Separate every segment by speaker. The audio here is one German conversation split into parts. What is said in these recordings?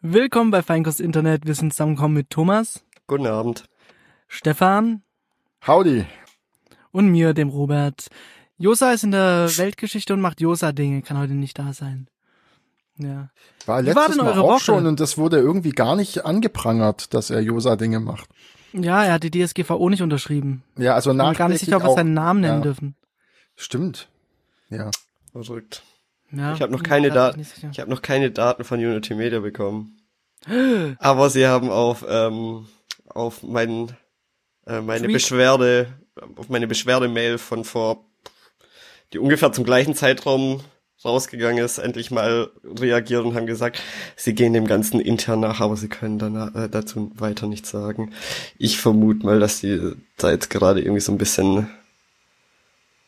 Speaker 1: Willkommen bei Feinkost Internet. Wir sind zusammengekommen mit Thomas,
Speaker 2: Guten Abend.
Speaker 1: Stefan
Speaker 3: Howdy.
Speaker 1: und mir, dem Robert. Josa ist in der Weltgeschichte und macht Josa-Dinge, kann heute nicht da sein. Ja.
Speaker 3: War
Speaker 1: Wie
Speaker 3: letztes
Speaker 1: war denn
Speaker 3: Mal
Speaker 1: eure
Speaker 3: auch
Speaker 1: Woche?
Speaker 3: schon und das wurde irgendwie gar nicht angeprangert, dass er Josa-Dinge macht.
Speaker 1: Ja, er hat die DSGVO nicht unterschrieben.
Speaker 3: Ja, also
Speaker 1: Ich bin mir
Speaker 3: nachträglich
Speaker 1: gar nicht sicher, ob wir
Speaker 3: auch,
Speaker 1: seinen Namen nennen
Speaker 3: ja.
Speaker 1: dürfen.
Speaker 3: Stimmt. Ja.
Speaker 2: Verrückt.
Speaker 1: Ja,
Speaker 2: Ich habe noch
Speaker 1: bin mir
Speaker 2: keine
Speaker 1: grad
Speaker 2: Daten.
Speaker 1: nicht sicher.
Speaker 2: Ich habe noch keine Daten von Unity Media bekommen. Aber sie haben auf ähm, auf mein, äh, meine
Speaker 1: Tweet.
Speaker 2: Beschwerde auf meine Beschwerdemail von vor die ungefähr zum gleichen Zeitraum rausgegangen ist, endlich mal reagiert und haben gesagt, sie gehen dem Ganzen intern nach, aber sie können danach, äh, dazu weiter nichts sagen. Ich vermute mal, dass die da jetzt gerade irgendwie so ein bisschen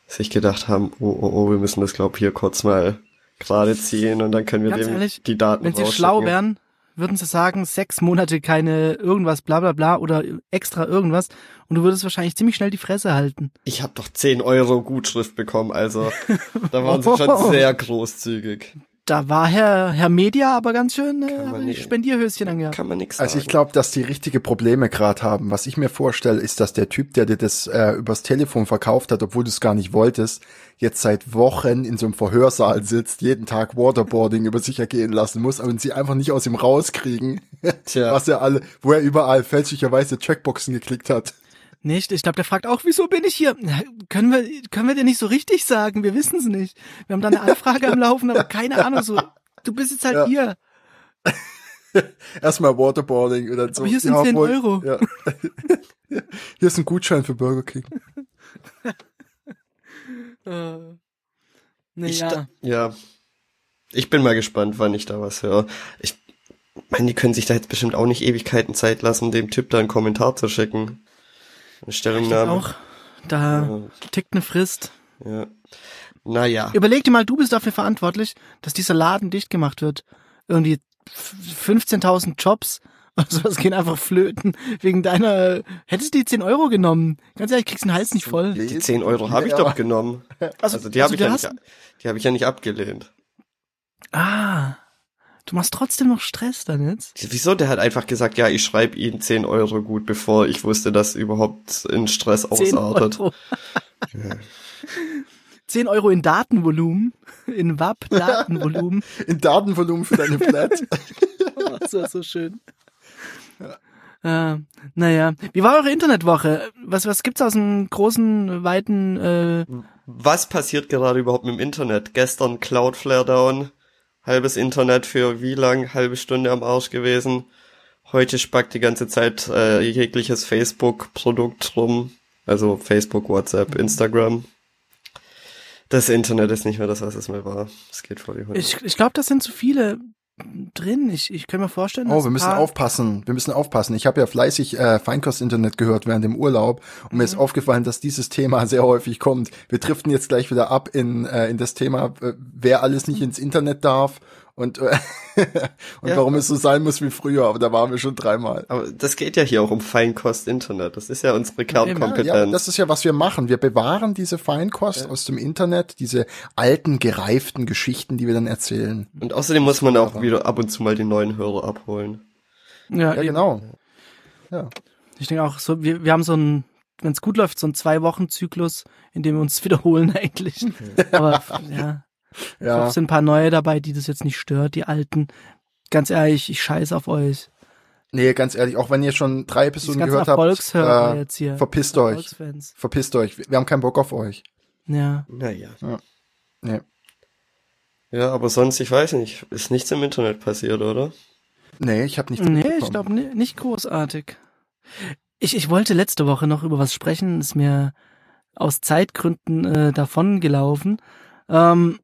Speaker 2: sich gedacht haben, oh, oh, oh, wir müssen das, glaube ich, hier kurz mal gerade ziehen und dann können wir
Speaker 1: Ganz
Speaker 2: dem
Speaker 1: ehrlich,
Speaker 2: die Daten
Speaker 1: Wenn sie
Speaker 2: rausschicken.
Speaker 1: schlau wären, würden sie sagen, sechs Monate keine irgendwas, bla bla bla oder extra irgendwas. Und du würdest wahrscheinlich ziemlich schnell die Fresse halten.
Speaker 2: Ich habe doch 10 Euro Gutschrift bekommen, also da waren sie schon sehr großzügig.
Speaker 1: Da war Herr, Herr Media aber ganz schön äh,
Speaker 2: Kann man
Speaker 1: hat ein
Speaker 2: nicht-
Speaker 1: Spendierhöschen angehabt.
Speaker 2: Kann man nichts sagen.
Speaker 3: Also ich glaube, dass die richtige Probleme gerade haben. Was ich mir vorstelle, ist, dass der Typ, der dir das äh, übers Telefon verkauft hat, obwohl du es gar nicht wolltest, jetzt seit Wochen in so einem Verhörsaal sitzt, jeden Tag Waterboarding über sich ergehen lassen muss und sie einfach nicht aus ihm rauskriegen,
Speaker 2: Tja.
Speaker 3: was er alle, wo er überall fälschlicherweise Checkboxen geklickt hat.
Speaker 1: Nicht? Ich glaube, der fragt auch, wieso bin ich hier? Na, Können wir, können wir dir nicht so richtig sagen? Wir wissen es nicht. Wir haben da eine Anfrage am Laufen, aber keine Ahnung. So, du bist jetzt halt
Speaker 3: Ja.
Speaker 1: hier.
Speaker 3: Erstmal Waterboarding und dann so.
Speaker 1: hier sind 10
Speaker 3: obwohl-
Speaker 1: Euro.
Speaker 3: Ja. Hier ist ein Gutschein für Burger King.
Speaker 1: Äh,
Speaker 2: Ich
Speaker 1: naja.
Speaker 2: da- ja. Ich bin mal gespannt, wann ich da was höre. Ich meine, die können sich da jetzt bestimmt auch nicht Ewigkeiten Zeit lassen, dem Typ da einen Kommentar zu schicken. Eine
Speaker 1: Ich denk
Speaker 2: Stellungnahme.
Speaker 1: auch, da
Speaker 2: Ja,
Speaker 1: tickt eine Frist.
Speaker 2: ja. Naja.
Speaker 1: Überleg dir mal, du bist dafür verantwortlich, dass dieser Laden dicht gemacht wird. Irgendwie f- 15.000 Jobs und sowas gehen einfach flöten wegen deiner, hättest du die 10 Euro genommen. Ganz ehrlich, kriegst den Hals nicht voll.
Speaker 2: Die 10 Euro habe ich
Speaker 3: Ja.
Speaker 2: doch genommen. Also, die habe ich,
Speaker 1: du
Speaker 2: ja
Speaker 1: hast-
Speaker 2: nicht, die hab ich ja nicht abgelehnt.
Speaker 1: Ah, du machst trotzdem noch Stress dann jetzt?
Speaker 2: Wieso? Der hat einfach gesagt, ja, ich schreibe ihm 10 Euro gut, bevor ich wusste, dass überhaupt in Stress
Speaker 1: 10
Speaker 2: ausartet.
Speaker 1: Euro. 10 Euro in Datenvolumen, in WAP-Datenvolumen.
Speaker 3: In Datenvolumen für deine Flat.
Speaker 1: Oh, das war so schön. Äh, naja, wie war eure Internetwoche? Was, was gibt's aus dem großen, weiten, äh,
Speaker 2: Was passiert gerade überhaupt mit dem Internet? Gestern Cloudflare down, halbes Internet für wie lang? Halbe Stunde am Arsch gewesen. Heute spackt die ganze Zeit äh, jegliches Facebook-Produkt rum. Also Facebook, WhatsApp, Instagram. Das Internet ist nicht mehr das, was es mal war. Es geht vor die Hunde.
Speaker 1: ich, ich glaube, das sind zu viele drin. Ich, ich kann mir vorstellen,
Speaker 3: Oh,
Speaker 1: dass
Speaker 3: wir
Speaker 1: ein
Speaker 3: müssen
Speaker 1: paar-
Speaker 3: aufpassen. Wir müssen aufpassen. Ich habe ja fleißig äh, Feinkost-Internet gehört während dem Urlaub und
Speaker 1: Mhm.
Speaker 3: mir ist aufgefallen, dass dieses Thema sehr häufig kommt. Wir driften jetzt gleich wieder ab in, äh, in das Thema, äh, wer alles nicht ins Internet darf und, äh, und
Speaker 2: Ja.
Speaker 3: warum es so sein muss wie früher. Aber da waren wir schon dreimal.
Speaker 2: Aber das geht ja hier auch um Feinkost Internet. Das ist ja unsere
Speaker 3: Ah, Ja,
Speaker 2: Kernkompetenz.
Speaker 3: das ist ja, was wir machen. Wir bewahren diese Feinkost aus dem Internet, diese alten, gereiften Geschichten, die wir dann erzählen.
Speaker 2: und außerdem muss man auch wieder ab und zu mal die neuen Hörer abholen.
Speaker 1: Ja,
Speaker 3: Ja,
Speaker 1: eben.
Speaker 3: genau.
Speaker 1: Ich denke auch, so, wir, wir haben so ein, wenn es gut läuft, so einen Zwei-Wochen-Zyklus, in dem wir uns wiederholen eigentlich. Aber f- ja, ich hoffe,
Speaker 3: Ja.
Speaker 1: es sind ein paar neue dabei, die das jetzt nicht stört, die alten. Ganz ehrlich, ich scheiß auf euch.
Speaker 3: Nee, ganz ehrlich, auch wenn ihr schon drei
Speaker 1: Das
Speaker 3: Episoden
Speaker 1: ganze
Speaker 3: gehört habt,
Speaker 1: Erfolgshörer
Speaker 3: äh,
Speaker 1: jetzt hier.
Speaker 3: verpisst euch.
Speaker 1: Erfolgsfans.
Speaker 3: Verpisst euch. Wir haben keinen Bock auf euch.
Speaker 1: Ja.
Speaker 2: Naja.
Speaker 3: Nee.
Speaker 2: Ja, aber sonst, ich weiß nicht, ist nichts im Internet passiert, oder?
Speaker 3: Nee, ich habe nichts
Speaker 1: Nee,
Speaker 3: mitbekommen.
Speaker 1: ich glaube nicht großartig. Ich, ich wollte letzte Woche noch über was sprechen, ist mir aus Zeitgründen äh, davon gelaufen. Ähm,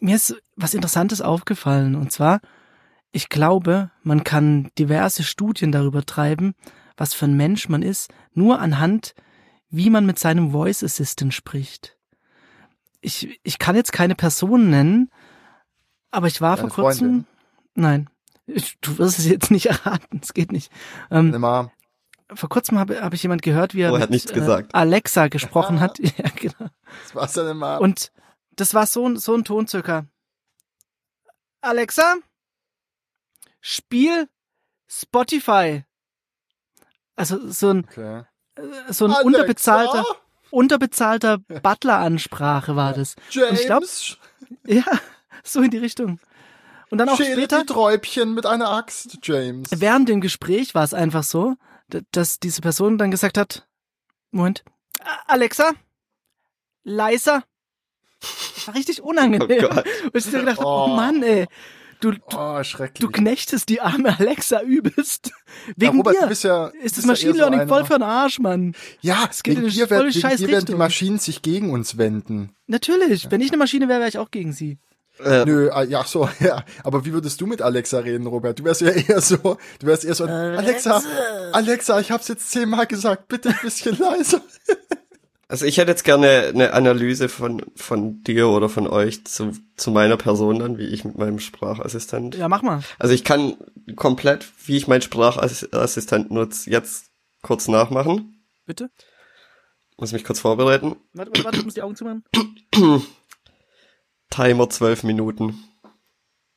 Speaker 1: mir ist was Interessantes aufgefallen und zwar, ich glaube, man kann diverse Studien darüber treiben, was für ein Mensch man ist, nur anhand, wie man mit seinem Voice Assistant spricht. Ich, ich kann jetzt keine Person nennen, aber ich war
Speaker 3: Deine
Speaker 1: vor kurzem.
Speaker 3: Freundin?
Speaker 1: Nein, ich, du wirst es jetzt nicht erraten, es geht nicht. Ähm,
Speaker 3: Nee, Mom.
Speaker 1: vor kurzem habe hab ich jemand gehört, wie er
Speaker 2: Oh, er
Speaker 1: mit
Speaker 2: hat nichts gesagt.
Speaker 1: Äh, Alexa gesprochen hat. Ja, genau.
Speaker 3: Das war's dann immer.
Speaker 1: Und das war so, ein- so ein Ton circa. Alexa, Spiel Spotify. Also so ein,
Speaker 3: Okay.
Speaker 1: so ein
Speaker 3: Alexa?
Speaker 1: unterbezahlter, unterbezahlter Butler-Ansprache war das. Und ich glaub-
Speaker 3: James,
Speaker 1: Ja, so in die Richtung. Und dann auch
Speaker 3: schäle
Speaker 1: später,
Speaker 3: die Träubchen mit einer Axt, James.
Speaker 1: während dem Gespräch war es einfach so, d- dass diese Person dann gesagt hat, Moment, A- Alexa, leiser. Das war richtig
Speaker 2: Oh
Speaker 1: unangenehm.
Speaker 2: Gott.
Speaker 1: Und ich hab gedacht, oh.
Speaker 3: Oh.
Speaker 1: Mann, ey, du, du,
Speaker 3: Oh,
Speaker 1: du
Speaker 3: schrecklich.
Speaker 1: knechtest die arme Alexa übelst.
Speaker 3: ja,
Speaker 1: Wegen
Speaker 3: Robert, du
Speaker 1: dir
Speaker 3: bist ja,
Speaker 1: ist das
Speaker 3: bist ja
Speaker 1: Machine
Speaker 3: eher so
Speaker 1: Learning
Speaker 3: einer.
Speaker 1: voll für den Arsch, Mann.
Speaker 3: Ja,
Speaker 1: Es geht
Speaker 3: wegen
Speaker 1: in eine
Speaker 3: dir, werden,
Speaker 1: voll
Speaker 3: wegen
Speaker 1: scheiß
Speaker 3: dir werden die
Speaker 1: Richtung.
Speaker 3: Maschinen sich gegen uns wenden.
Speaker 1: Natürlich, wenn ich eine Maschine wäre, wäre ich auch gegen sie.
Speaker 2: Äh,
Speaker 3: Nö, ah, ja, so, ja. Aber wie würdest du mit Alexa reden, Robert? Du wärst ja eher so, du wärst eher so,
Speaker 1: Äh,
Speaker 3: Alexa, Alexa, ich hab's jetzt zehnmal gesagt, bitte ein bisschen leiser.
Speaker 2: Also ich hätte jetzt gerne eine Analyse von, von dir oder von euch zu, zu meiner Person dann, wie ich mit meinem Sprachassistent.
Speaker 1: Ja, mach mal.
Speaker 2: Also ich kann komplett, wie ich meinen Sprachassistent nutze, jetzt kurz nachmachen.
Speaker 1: Bitte.
Speaker 2: Muss mich kurz vorbereiten.
Speaker 1: Warte, warte, warte, ich muss die Augen zumachen.
Speaker 2: Timer zwölf Minuten.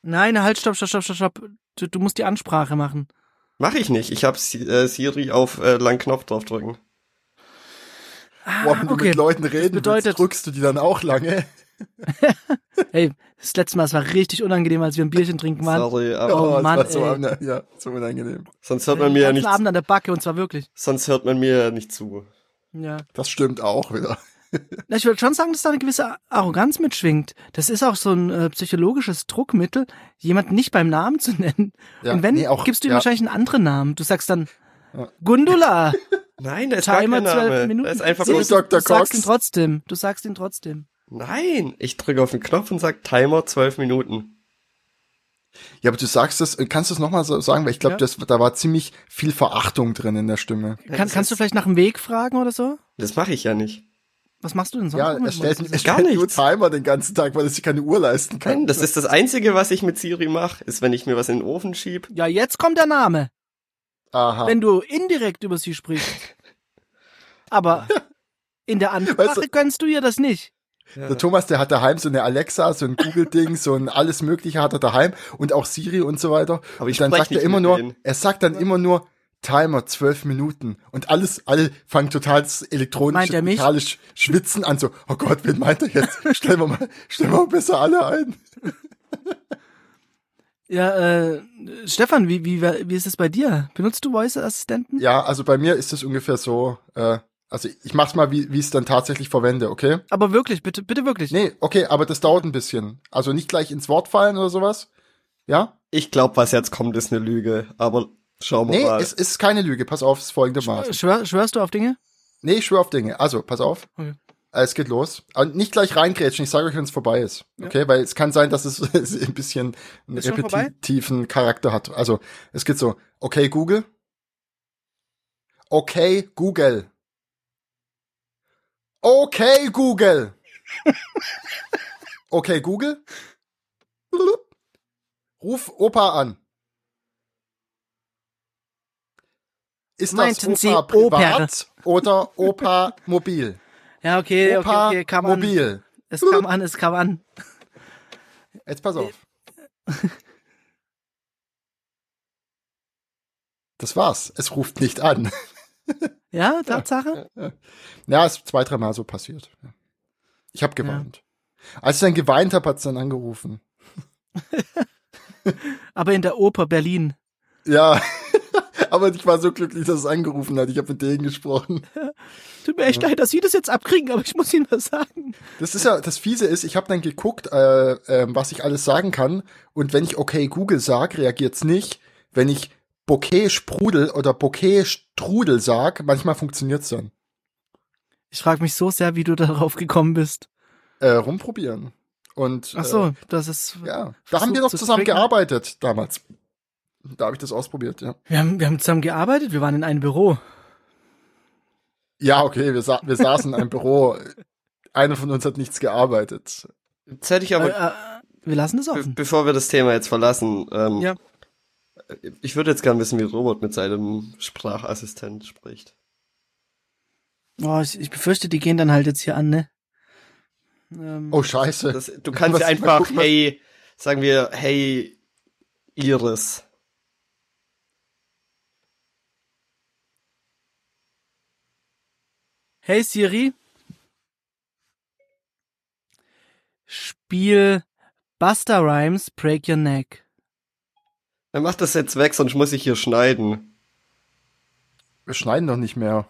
Speaker 1: Nein, halt, stopp, stopp, stopp, stopp, stopp. Du, du musst die Ansprache machen.
Speaker 2: Mache ich nicht. Ich habe äh, Siri auf äh, langen Knopf draufdrücken.
Speaker 3: Boah, wenn du
Speaker 1: Ah, okay.
Speaker 3: mit Leuten reden
Speaker 1: bedeutet-
Speaker 3: willst, drückst du die dann auch lange.
Speaker 1: Hey, das letzte Mal, es war richtig unangenehm, als wir ein Bierchen trinken waren.
Speaker 2: Sorry, aber
Speaker 1: Oh,
Speaker 3: es
Speaker 1: Mann,
Speaker 3: war so,
Speaker 1: ey.
Speaker 3: unang- ja, so unangenehm.
Speaker 2: sonst hört
Speaker 1: Den
Speaker 2: man mir ja
Speaker 1: ganzen
Speaker 2: nicht,
Speaker 1: Äh, Abend an der Backe und zwar wirklich.
Speaker 2: sonst hört man mir ja nicht zu.
Speaker 1: Ja.
Speaker 3: Das stimmt auch wieder.
Speaker 1: Na, ich würde schon sagen, dass da eine gewisse Arroganz mitschwingt. Das ist auch so ein äh, psychologisches Druckmittel, jemanden nicht beim Namen zu nennen.
Speaker 3: Ja,
Speaker 1: und wenn,
Speaker 3: nee, auch-
Speaker 1: gibst du ihm
Speaker 3: ja.
Speaker 1: wahrscheinlich einen anderen Namen. Du sagst dann
Speaker 3: Ja.
Speaker 1: Gundula.
Speaker 2: Nein, da ist gar
Speaker 1: Timer
Speaker 2: kein
Speaker 1: zwölf
Speaker 2: Name.
Speaker 1: Minuten.
Speaker 2: Da ist einfach
Speaker 1: Nee,
Speaker 2: bloß,
Speaker 3: Dr.
Speaker 1: Du sagst
Speaker 3: Cox.
Speaker 1: ihn trotzdem. Du sagst ihn trotzdem.
Speaker 2: nein, ich drücke auf den Knopf und sag Timer zwölf Minuten.
Speaker 3: Ja, aber du sagst das, kannst du es nochmal so sagen, weil ich glaube,
Speaker 1: Ja.
Speaker 3: das da war ziemlich viel Verachtung drin in der Stimme.
Speaker 1: Kann,
Speaker 2: das
Speaker 1: kannst du
Speaker 2: ist-
Speaker 1: vielleicht nach dem Weg fragen oder so?
Speaker 2: Das mache ich ja nicht.
Speaker 1: Was machst du denn sonst?
Speaker 3: Ja,
Speaker 1: noch mit
Speaker 3: er stellt,
Speaker 1: Mäusen?
Speaker 3: er
Speaker 2: Gar
Speaker 3: stellt nur
Speaker 2: nichts.
Speaker 3: Timer den ganzen Tag, weil er sich keine Uhr leisten kann.
Speaker 2: Nein, das ist das Einzige, was ich mit Siri mache, ist, wenn ich mir was in den Ofen schieb.
Speaker 1: ja, jetzt kommt der Name.
Speaker 3: Aha.
Speaker 1: wenn du indirekt über sie sprichst. Aber in der Ansprache
Speaker 3: Weißt du-
Speaker 1: kannst du ja das nicht.
Speaker 3: Der Thomas, der hat daheim so eine Alexa, so ein Google-Ding, so ein alles Mögliche hat er daheim und auch Siri und so weiter.
Speaker 2: Aber ich
Speaker 3: und dann
Speaker 2: sprech
Speaker 3: sagt er
Speaker 2: nicht
Speaker 3: immer
Speaker 2: mit
Speaker 3: nur,
Speaker 2: denen.
Speaker 3: er sagt dann immer nur Timer zwölf Minuten und alles, alle fangen total das
Speaker 1: Meint
Speaker 3: elektronische,
Speaker 1: er mich?
Speaker 3: totale Sch- Schwitzen an, so, oh Gott, wen meint er jetzt? stellen wir mal, stellen wir mal besser alle ein.
Speaker 1: Ja, äh, Stefan, wie, wie, wie ist es bei dir? Benutzt du Voice-Assistenten?
Speaker 3: Ja, also bei mir ist das ungefähr so, äh, also ich mach's mal, wie, wie ich es dann tatsächlich verwende, okay?
Speaker 1: Aber wirklich, bitte, bitte wirklich.
Speaker 3: Nee, okay, aber das dauert ein bisschen. Also nicht gleich ins Wort fallen oder sowas. Ja?
Speaker 2: Ich glaube, was jetzt kommt, ist eine Lüge. Aber schauen wir
Speaker 3: Nee,
Speaker 2: mal.
Speaker 3: es ist keine Lüge. Pass auf, es ist folgendermaßen.
Speaker 1: Schwör, schwörst du auf Dinge?
Speaker 3: Nee, ich schwöre auf Dinge. Also, pass auf.
Speaker 1: Okay.
Speaker 3: Äh, Es geht los. Und nicht gleich reingrätschen, ich sage euch, wenn es vorbei ist. Okay, weil es kann sein, dass es ein bisschen einen
Speaker 1: Ist schon vorbei?
Speaker 3: repetitiven Charakter hat. Also, es geht so, okay, Google. Okay, Google. Okay, Google. okay, Google. Ruf Opa an. Ist
Speaker 1: Meinten
Speaker 3: das
Speaker 1: Sie
Speaker 3: Opa privat oder Opa mobil?
Speaker 1: Ja, okay,
Speaker 3: Opa
Speaker 1: okay, okay, kam an.
Speaker 3: mobil.
Speaker 1: Es kam an, es kam an.
Speaker 3: Jetzt pass auf. Das war's. Es ruft nicht an.
Speaker 1: Ja, Tatsache?
Speaker 3: Ja, ist zwei, dreimal so passiert. Ich habe geweint. Als ich dann geweint habe, hat's dann angerufen.
Speaker 1: Aber in der Oper Berlin.
Speaker 3: Ja. Aber ich war so glücklich, dass es angerufen hat. Ich habe mit denen gesprochen.
Speaker 1: Tut mir echt leid, dass Sie das jetzt abkriegen, aber ich muss Ihnen was sagen.
Speaker 3: Das ist ja, das Fiese ist, ich habe dann geguckt, äh, ähm, was ich alles sagen kann. Und wenn ich okay Google sag, reagiert's nicht. Wenn ich Bokeh Sprudel oder Bokeh Strudel sag, manchmal funktioniert's dann.
Speaker 1: Ich frage mich so sehr, wie du darauf gekommen bist.
Speaker 3: Äh, rumprobieren. Und
Speaker 1: Ach
Speaker 3: Äh,
Speaker 1: so, das ist.
Speaker 3: ja, da
Speaker 1: Versuch
Speaker 3: haben wir doch
Speaker 1: zu
Speaker 3: zusammen
Speaker 1: triggern.
Speaker 3: gearbeitet damals. Da habe ich das ausprobiert, ja.
Speaker 1: Wir haben, wir haben zusammen gearbeitet, wir waren in einem Büro.
Speaker 3: Ja, okay, wir, sa wir saßen in einem Büro. Einer von uns hat nichts gearbeitet.
Speaker 2: jetzt hätte ich aber,
Speaker 1: äh, äh, wir lassen es
Speaker 2: be
Speaker 1: offen.
Speaker 2: bevor wir das Thema jetzt verlassen, ähm,
Speaker 1: Ja.
Speaker 2: ich würde jetzt gerne wissen, wie Robert mit seinem Sprachassistent spricht.
Speaker 1: Oh, ich, ich befürchte, die gehen dann halt jetzt hier an, ne? Ähm,
Speaker 3: Oh, scheiße.
Speaker 2: Das, du kannst
Speaker 3: Was-
Speaker 2: ja einfach,
Speaker 3: guck mal.
Speaker 2: hey, sagen wir, hey, Iris.
Speaker 1: Hey Siri, spiel Busta Rhymes Break Your Neck.
Speaker 2: Dann mach das jetzt weg, sonst muss ich hier schneiden. Ähm,
Speaker 3: Wir schneiden doch nicht mehr.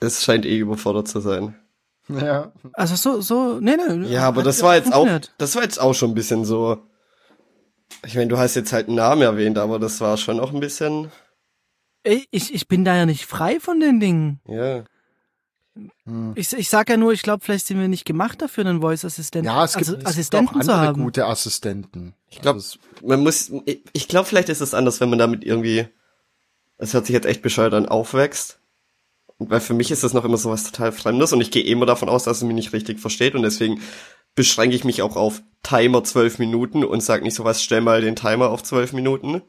Speaker 2: Es scheint eh überfordert zu sein.
Speaker 3: Ja.
Speaker 1: Also so, so, nee, nee.
Speaker 2: Ja, aber
Speaker 1: hat
Speaker 2: das war jetzt auch,
Speaker 1: funktioniert.
Speaker 2: das war jetzt auch schon ein bisschen so. Ich meine, du hast jetzt halt einen Namen erwähnt, aber das war schon auch ein bisschen,
Speaker 1: Ey, Ich, ich bin da ja nicht frei von den Dingen.
Speaker 2: ja.
Speaker 3: Hm.
Speaker 1: Ich, ich sag ja nur, ich glaube, vielleicht sind wir nicht gemacht dafür, einen Voice-Assistenten
Speaker 3: Ja, es gibt,
Speaker 1: also,
Speaker 3: es
Speaker 1: Assistenten
Speaker 3: gibt auch
Speaker 1: zu
Speaker 3: andere
Speaker 1: haben.
Speaker 3: gute Assistenten. Also
Speaker 2: Ich glaube, man muss, ich- ich glaube, vielleicht ist es anders, wenn man damit irgendwie, es hört sich jetzt echt bescheuert an, aufwächst. Und Weil für mich ist das noch immer so was total Fremdes und ich gehe immer davon aus, dass es mich nicht richtig versteht und deswegen beschränke ich mich auch auf Timer zwölf Minuten und sag nicht sowas, stell mal den Timer auf zwölf Minuten.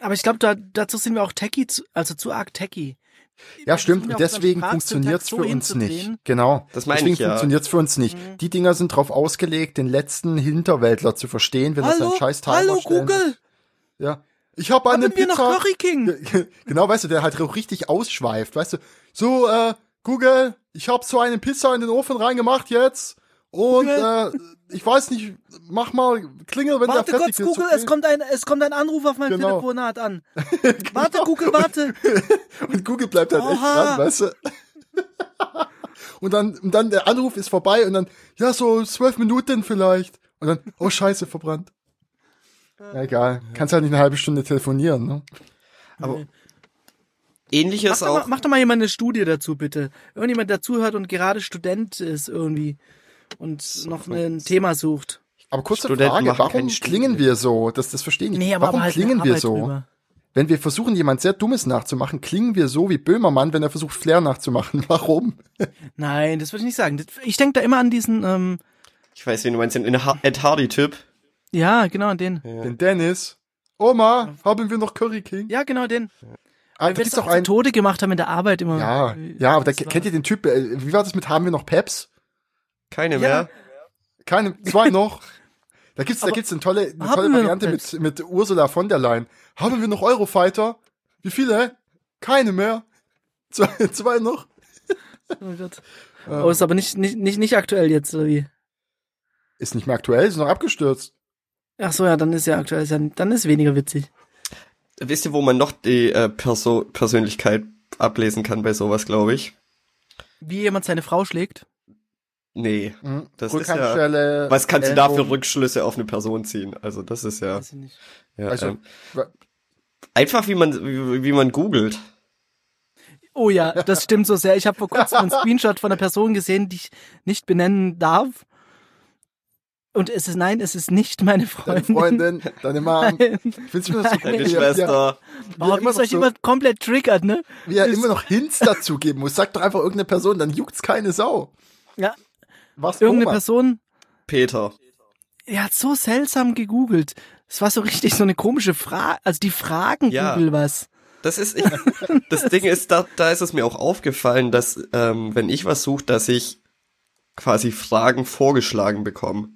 Speaker 1: Aber ich glaube, da, dazu sind wir auch techy, zu, also zu arg techy.
Speaker 3: Ja,
Speaker 1: Wir
Speaker 3: stimmt.
Speaker 1: versuchen
Speaker 3: Und
Speaker 1: ja Also um auch,
Speaker 3: deswegen
Speaker 1: Sprachsyntax
Speaker 3: funktioniert's
Speaker 1: so
Speaker 3: für uns
Speaker 1: hinzudrehen. Mhm.
Speaker 3: nicht. Genau.
Speaker 2: Das meine
Speaker 3: deswegen
Speaker 2: ich ja.
Speaker 3: funktioniert's für uns nicht. Die Dinger sind drauf ausgelegt, den letzten Hinterwäldler zu verstehen, wenn er
Speaker 1: Hallo,
Speaker 3: seinen scheiß Timer
Speaker 1: hallo
Speaker 3: stellen-
Speaker 1: Google,
Speaker 3: Ja. Ich habe eine
Speaker 1: haben wir noch
Speaker 3: Pizza.
Speaker 1: Curry King?
Speaker 3: genau, weißt du, der halt auch richtig ausschweift, weißt du. So, äh, Google, ich habe so eine Pizza in den Ofen reingemacht jetzt. Und äh,
Speaker 1: Google.
Speaker 3: ich weiß nicht, mach mal Klingel, wenn
Speaker 1: Warte
Speaker 3: der
Speaker 1: kurz,
Speaker 3: fertig ist.
Speaker 1: Google,
Speaker 3: okay?
Speaker 1: es kommt ein, es kommt ein Anruf auf mein
Speaker 3: Genau.
Speaker 1: Telefonat an. Warte, Google, warte.
Speaker 3: Und Google bleibt halt echt
Speaker 1: Oha.
Speaker 3: dran, weißt du? Und dann, und dann der Anruf ist vorbei und dann, ja, so zwölf Minuten vielleicht. Und dann, oh scheiße, verbrannt. Ja, egal. Kannst halt nicht eine halbe Stunde telefonieren, ne?
Speaker 2: Aber
Speaker 1: Mach
Speaker 2: ähnliches
Speaker 1: doch, mal,
Speaker 2: auch.
Speaker 1: Mhm. mach doch mal jemand eine Studie dazu, bitte. Irgendjemand dazu hört und gerade Student ist irgendwie und noch ein Thema sucht.
Speaker 3: Aber kurze
Speaker 2: Studenten
Speaker 3: Frage,
Speaker 2: machen
Speaker 3: warum
Speaker 2: keine Studien.
Speaker 3: klingen wir so? Das, das verstehe ich nicht.
Speaker 1: Nee, aber
Speaker 3: warum
Speaker 1: aber halt
Speaker 3: klingen
Speaker 1: eine
Speaker 3: wir
Speaker 1: Arbeit
Speaker 3: so?
Speaker 1: drüber.
Speaker 3: Wenn wir versuchen, jemand sehr Dummes nachzumachen, klingen wir so wie Böhmermann, wenn er versucht, Flair nachzumachen. Warum?
Speaker 1: Nein, das würde ich nicht sagen. Das- Ich denke da immer an diesen, ähm,
Speaker 2: Ich weiß, wen du meinst, den Ed Hardy-Typ.
Speaker 1: ja, genau, an den.
Speaker 3: Den Dennis. Oma, haben wir noch Curry King?
Speaker 1: Ja, genau, den.
Speaker 3: ah, da
Speaker 1: Weil wir
Speaker 3: gibt's
Speaker 1: es auch
Speaker 3: doch
Speaker 1: zu
Speaker 3: einen.
Speaker 1: Tode gemacht haben in der Arbeit immer.
Speaker 3: Ja,
Speaker 1: Äh,
Speaker 3: ja, aber da,
Speaker 1: das war-
Speaker 3: kennt ihr den Typ, äh, wie war das mit haben wir noch Peps?
Speaker 2: Keine
Speaker 1: Ja.
Speaker 2: mehr.
Speaker 3: Keine, zwei noch. Da gibt's, da
Speaker 1: Aber
Speaker 3: gibt's eine tolle, eine
Speaker 1: haben wir
Speaker 3: tolle
Speaker 1: noch
Speaker 3: Variante mit, mit Ursula von der Leyen. Haben wir noch Eurofighter? Wie viele? Keine mehr. Zwei, zwei noch.
Speaker 1: Oh Gott. Oh, ist aber nicht, nicht, nicht, nicht aktuell jetzt, oder wie?
Speaker 3: Ist nicht mehr aktuell, ist noch abgestürzt.
Speaker 1: Ach so, ja, dann ist ja aktuell, ist ja, dann ist weniger witzig.
Speaker 2: Wisst ihr, wo man noch die äh, Perso Persönlichkeit ablesen kann bei sowas, glaube ich?
Speaker 1: Wie jemand seine Frau schlägt.
Speaker 2: Nee.
Speaker 3: Mhm.
Speaker 2: Das ist ja.
Speaker 3: Rückhandstelle.
Speaker 2: Was kannst du da
Speaker 3: Ellbogen.
Speaker 2: für Rückschlüsse auf eine Person ziehen? Also das ist ja,
Speaker 1: Weiß ich nicht.
Speaker 2: ja
Speaker 3: Also,
Speaker 2: ähm,
Speaker 3: wa-
Speaker 2: einfach wie man wie, wie man googelt.
Speaker 1: Oh ja, das stimmt so sehr. Ich habe vor kurzem einen Screenshot von einer Person gesehen, die ich nicht benennen darf. Und es ist, nein, es ist nicht meine
Speaker 3: Deine
Speaker 1: Freundin.
Speaker 3: Freundin, deine Mom.
Speaker 1: Nein.
Speaker 3: Findest du das so
Speaker 2: Deine
Speaker 3: wie er-
Speaker 2: Schwester.
Speaker 1: Oh,
Speaker 3: immer
Speaker 1: wie es
Speaker 3: noch
Speaker 1: euch
Speaker 3: so-
Speaker 1: immer komplett triggert, ne?
Speaker 3: Wie er immer noch Hints dazu geben muss. Sag doch einfach irgendeine Person, dann juckt's keine Sau.
Speaker 1: Ja,
Speaker 3: Was
Speaker 1: irgendeine
Speaker 3: Thomas?
Speaker 1: Person,
Speaker 2: Peter.
Speaker 1: er hat so seltsam gegoogelt. Es war so richtig so eine komische Frage, also die Fragen
Speaker 2: Ja.
Speaker 1: Google was.
Speaker 2: Das ist ich, das Ding ist, da, da ist es mir auch aufgefallen, dass ähm, wenn ich was suche, dass ich quasi Fragen vorgeschlagen bekomme.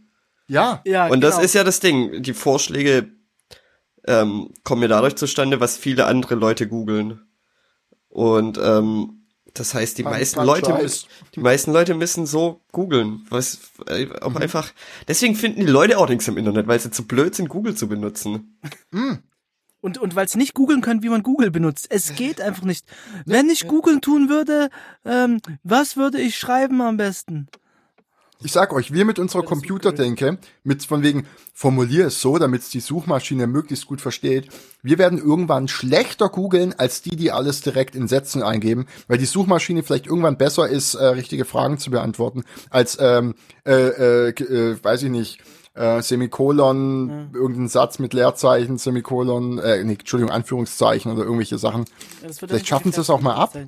Speaker 3: Ja.
Speaker 1: Ja,
Speaker 2: Und das
Speaker 1: genau.
Speaker 2: ist ja das Ding. Die Vorschläge ähm, kommen mir dadurch zustande, was viele andere Leute googeln. Und ähm, das heißt, die
Speaker 3: Man
Speaker 2: meisten
Speaker 3: kann
Speaker 2: Leute,
Speaker 3: schon
Speaker 2: mü-
Speaker 3: alles.
Speaker 2: die meisten Leute müssen so googeln, was äh,
Speaker 3: Mhm.
Speaker 2: auch einfach. Deswegen finden die Leute auch nichts im Internet, weil sie zu blöd sind, Google zu benutzen.
Speaker 1: Und, und weil es nicht googeln können, wie man Google benutzt. Es geht einfach nicht. Wenn ich googeln tun würde, ähm, was würde ich schreiben am besten?
Speaker 3: Ich sag euch, wir mit unserer Computerdenke, mit von wegen, formulier es so, damit es die Suchmaschine möglichst gut versteht, wir werden irgendwann schlechter googeln, als die, die alles direkt in Sätzen eingeben, weil die Suchmaschine vielleicht irgendwann besser ist, äh, richtige Fragen zu beantworten, als, ähm, äh, äh, g- äh, weiß ich nicht, äh, Semikolon, irgendein Satz mit Leerzeichen, Semikolon, äh, nee, Entschuldigung, Anführungszeichen oder irgendwelche Sachen.
Speaker 1: Das wird
Speaker 3: Vielleicht schaffen sie es auch mal ab.
Speaker 1: Sein.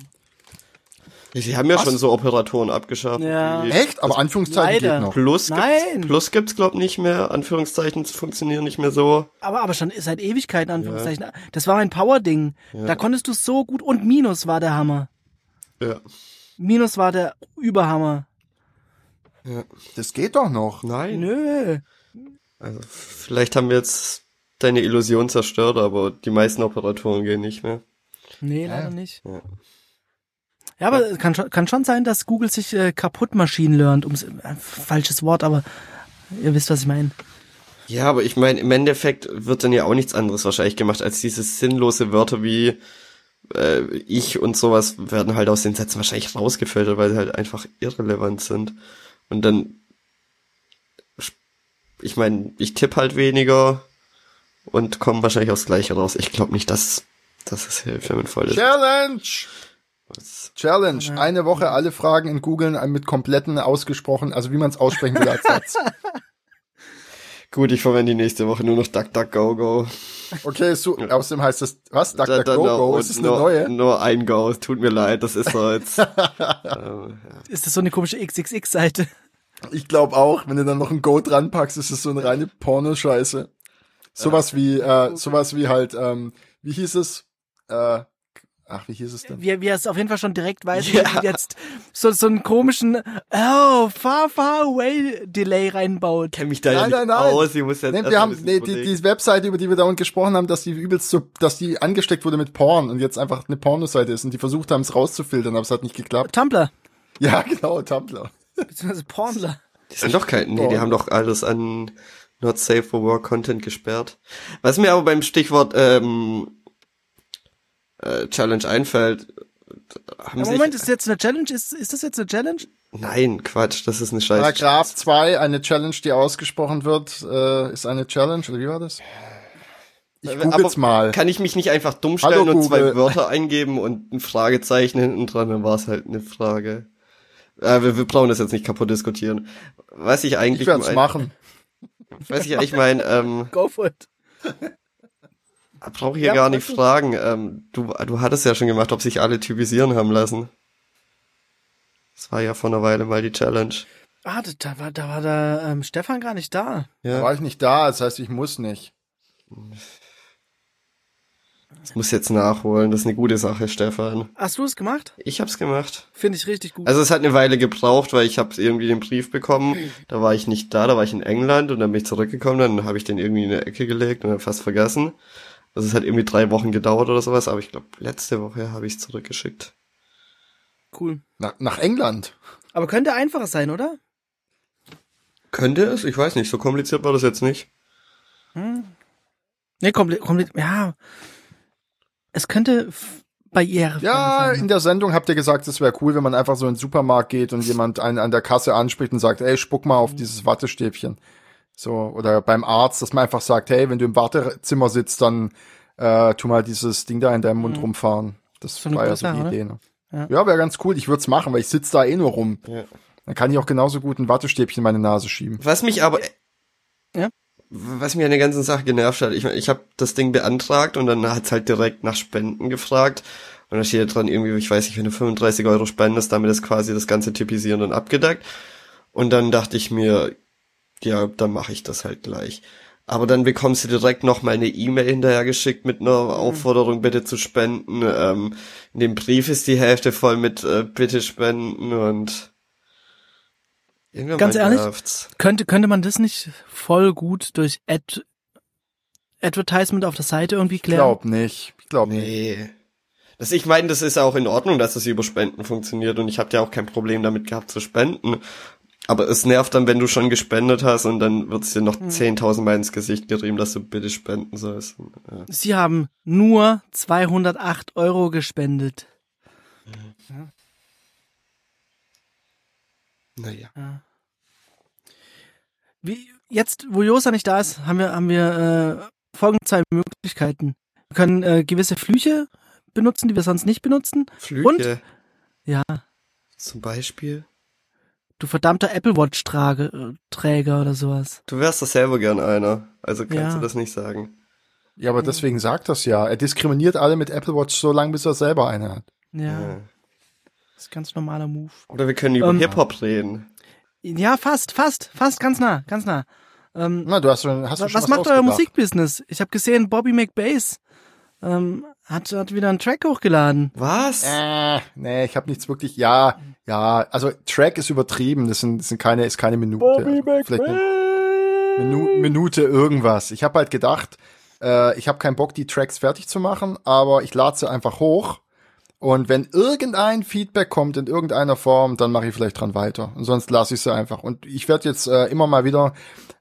Speaker 2: Sie haben ja
Speaker 3: Was?
Speaker 2: schon so Operatoren abgeschafft.
Speaker 1: Ja.
Speaker 2: Die
Speaker 3: Echt? Aber Anführungszeichen
Speaker 1: Leider.
Speaker 3: geht noch.
Speaker 2: Plus
Speaker 1: Nein.
Speaker 2: gibt's, Plus gibt's glaub nicht mehr. Anführungszeichen funktionieren nicht mehr so.
Speaker 1: Aber, aber schon seit Ewigkeiten, Anführungszeichen. Das war mein Power-Ding. Da konntest du so gut. Und Minus war der Hammer.
Speaker 2: Ja.
Speaker 1: Minus war der Überhammer.
Speaker 3: Das geht doch noch.
Speaker 1: Hm.
Speaker 2: Nein.
Speaker 1: Nö.
Speaker 2: Also vielleicht haben wir jetzt deine Illusion zerstört, aber die meisten Operatoren gehen nicht mehr.
Speaker 1: Nee, leider nicht. Ja, aber kann, schon- kann schon sein, dass Google sich äh, kaputt Machine learnt, ums äh, falsches Wort, aber ihr wisst, was ich meine.
Speaker 2: Ja, aber ich meine, im Endeffekt wird dann ja auch nichts anderes wahrscheinlich gemacht, als diese sinnlose Wörter wie äh, ich und sowas werden halt aus den Sätzen wahrscheinlich rausgefiltert, weil sie halt einfach irrelevant sind. Und dann, ich meine, ich tippe halt weniger und komme wahrscheinlich aufs Gleiche raus. Ich glaube nicht, dass, dass es hilfevoll ist.
Speaker 3: Challenge!
Speaker 2: Das-
Speaker 3: Challenge. Eine Woche alle Fragen in Googeln mit kompletten ausgesprochen, also wie man es aussprechen will als Satz.
Speaker 2: Gut, ich verwende die nächste Woche nur noch DuckDuckGoGo.
Speaker 3: Okay, so, außerdem heißt das, was? DuckDuckGoGo?
Speaker 2: Go.
Speaker 3: Ist das eine neue?
Speaker 2: Nur ein Go, es tut mir leid, das ist so jetzt. ähm, ja.
Speaker 1: Ist das so eine komische XXX-Seite?
Speaker 3: Ich glaube auch, wenn du dann noch ein Go dran packst, ist es so eine reine Pornoscheiße. Sowas wie, äh, sowas wie halt, ähm, wie hieß es? Äh, ach, wie hieß es denn?
Speaker 1: Wie, wie er es auf jeden Fall schon direkt weiß, wir sind jetzt so, so einen komischen Oh, far, far away Delay reinbaut.
Speaker 2: kenne mich da ja
Speaker 3: Nein,
Speaker 2: nicht
Speaker 3: nein, nein.
Speaker 2: aus. Ich muss jetzt
Speaker 3: Nee,
Speaker 2: erst
Speaker 3: wir
Speaker 2: mal ein
Speaker 3: haben,
Speaker 2: bisschen
Speaker 3: nee, die,
Speaker 2: überlegen.
Speaker 3: die Webseite, über die wir dauernd gesprochen haben, dass die übelst so, dass die angesteckt wurde mit Porn und jetzt einfach eine Pornoseite ist und die versucht haben, es rauszufiltern, aber es hat nicht geklappt.
Speaker 1: Tumblr,
Speaker 3: Ja, genau, Tumblr.
Speaker 1: beziehungsweise Pornler.
Speaker 2: Die sind doch kein, nee, die haben doch alles an Not Safe for Work Content gesperrt. Was mir aber beim Stichwort ähm, äh, Challenge einfällt, äh, haben
Speaker 1: Ja,
Speaker 2: sie.
Speaker 1: Moment, ist jetzt eine Challenge? Ist, ist das jetzt eine Challenge?
Speaker 2: nein, Quatsch, das ist eine
Speaker 3: Ah,
Speaker 2: Scheiße.
Speaker 3: Paragraph 2, eine Challenge, die ausgesprochen wird, äh, ist eine Challenge, oder wie war das? Ich google's mal.
Speaker 2: Äh, Kann ich mich nicht einfach dumm
Speaker 3: Hallo,
Speaker 2: stellen und zwei
Speaker 3: Google.
Speaker 2: Wörter eingeben und ein Fragezeichen hinten dran, dann war es halt eine Frage. Äh, wir, wir brauchen das jetzt nicht kaputt diskutieren. Was ich
Speaker 3: Ich
Speaker 2: eigentlich
Speaker 3: werde es
Speaker 2: mein-
Speaker 3: machen.
Speaker 2: was ich eigentlich meine, ähm,
Speaker 1: Go for it.
Speaker 2: brauche hier
Speaker 1: Ja,
Speaker 2: gar nicht
Speaker 1: okay.
Speaker 2: fragen. Ähm, du, du hattest ja schon gemacht, ob sich alle typisieren haben lassen. Das war ja vor einer Weile mal die Challenge.
Speaker 1: Ah, da- da war, da war der ähm, Stefan gar nicht da.
Speaker 3: Da war ich nicht da, das heißt, ich muss nicht.
Speaker 2: Das muss jetzt nachholen. Das ist eine gute Sache, Stefan.
Speaker 1: Hast du es gemacht?
Speaker 2: Ich hab's gemacht.
Speaker 1: Finde ich richtig gut.
Speaker 2: Also es hat eine Weile gebraucht, weil ich habe irgendwie den Brief bekommen. Da war ich nicht da, da war ich in England und dann bin ich zurückgekommen. Dann habe ich den irgendwie in eine Ecke gelegt und dann fast vergessen. Also es hat irgendwie drei Wochen gedauert oder sowas, aber ich glaube letzte Woche habe ich zurückgeschickt.
Speaker 1: cool.
Speaker 3: Na, nach England.
Speaker 1: Aber könnte einfacher sein, oder?
Speaker 2: Könnte es? Ich weiß nicht. So kompliziert war das jetzt nicht.
Speaker 1: Nee, komplett, komplett, ja. Es könnte f- bei ihr.
Speaker 3: Ja,
Speaker 1: ne?
Speaker 3: in der Sendung habt ihr gesagt, es wäre cool, wenn man einfach so in den Supermarkt geht und jemand einen an der Kasse anspricht und sagt, ey, spuck mal auf dieses Wattestäbchen. So, oder beim Arzt, dass man einfach sagt, hey, wenn du im Wartezimmer sitzt, dann äh, tu mal dieses Ding da in deinem Mund rumfahren. Das
Speaker 1: Mhm. So eine
Speaker 3: war ja
Speaker 1: gute
Speaker 3: so die
Speaker 1: Sache,
Speaker 3: Idee. Ne?
Speaker 1: Ja.
Speaker 3: Ja, wäre ganz cool. Ich würde es machen, weil ich sitze da eh nur rum.
Speaker 2: Ja.
Speaker 3: Dann kann ich auch genauso gut ein Wattestäbchen in meine Nase schieben.
Speaker 2: Was mich aber.
Speaker 1: Ja?
Speaker 2: Was mich an der ganzen Sache genervt hat, ich, mein, ich habe das Ding beantragt und dann hat's halt direkt nach Spenden gefragt. Und da steht ja dran, irgendwie, ich weiß nicht, wenn du 35 Euro spendest, damit ist quasi das ganze Typisieren dann abgedeckt. Und dann dachte ich mir, ja, dann mache ich das halt gleich. Aber dann bekommst du direkt noch mal eine E-Mail hinterher geschickt mit
Speaker 1: Mhm.
Speaker 2: einer Aufforderung, bitte zu spenden. Ähm, in dem Brief ist die Hälfte voll mit äh, bitte spenden und irgendwann
Speaker 1: Ganz
Speaker 2: mal
Speaker 1: ehrlich?
Speaker 2: nervt's.
Speaker 1: Könnte, könnte man das nicht voll gut durch Ad Advertisement auf der Seite irgendwie
Speaker 3: Ich
Speaker 1: klären?
Speaker 3: glaub nicht. Ich glaub nicht.
Speaker 2: Nee. Das, ich meine, das ist auch in Ordnung, dass es über Spenden funktioniert und ich habe ja auch kein Problem damit gehabt zu spenden. Aber es nervt dann, wenn du schon gespendet hast und dann wird's dir
Speaker 1: Hm.
Speaker 2: noch 10.000 Mal ins Gesicht gerieben, dass du bitte spenden sollst. Ja.
Speaker 1: Sie haben nur 208 Euro gespendet.
Speaker 2: Naja.
Speaker 1: Wie, jetzt, wo Josa nicht da ist, haben wir, haben wir äh, folgende zwei Möglichkeiten. Wir können äh, gewisse Flüche benutzen, die wir sonst nicht benutzen.
Speaker 2: Flüche.
Speaker 1: Und? Ja,
Speaker 2: Zum Beispiel.
Speaker 1: du verdammter Apple Watch-Träger oder sowas.
Speaker 2: Du wärst doch selber gern einer. Also kannst
Speaker 1: Ja.
Speaker 2: du das nicht sagen.
Speaker 3: Ja, aber deswegen sagt das ja. Er diskriminiert alle mit Apple Watch so lange, bis er selber eine hat.
Speaker 1: Ja,
Speaker 2: Ja.
Speaker 1: das ist ein ganz normaler Move.
Speaker 2: Oder wir können über
Speaker 1: Ähm.
Speaker 2: Hip-Hop reden.
Speaker 1: Ja, fast, fast, fast, ganz nah, ganz nah. Ähm,
Speaker 3: Na, du hast, schon- hast du
Speaker 1: was,
Speaker 3: schon
Speaker 1: was macht euer
Speaker 3: ausgedacht.
Speaker 1: Musikbusiness? Ich habe gesehen, Bobby McBass ähm, hat, hat wieder einen Track hochgeladen.
Speaker 2: Was?
Speaker 3: Äh, nee, ich habe nichts wirklich. Ja, ja, also Track ist übertrieben. Das sind, das sind keine, ist keine Minute. also, vielleicht eine Minu Minute irgendwas. Ich habe halt gedacht, äh, ich habe keinen Bock, die Tracks fertig zu machen, aber ich lade sie einfach hoch Und wenn irgendein Feedback kommt in irgendeiner Form, dann mache ich vielleicht dran weiter. Und sonst lasse ich sie einfach. Und ich werde jetzt äh, immer mal wieder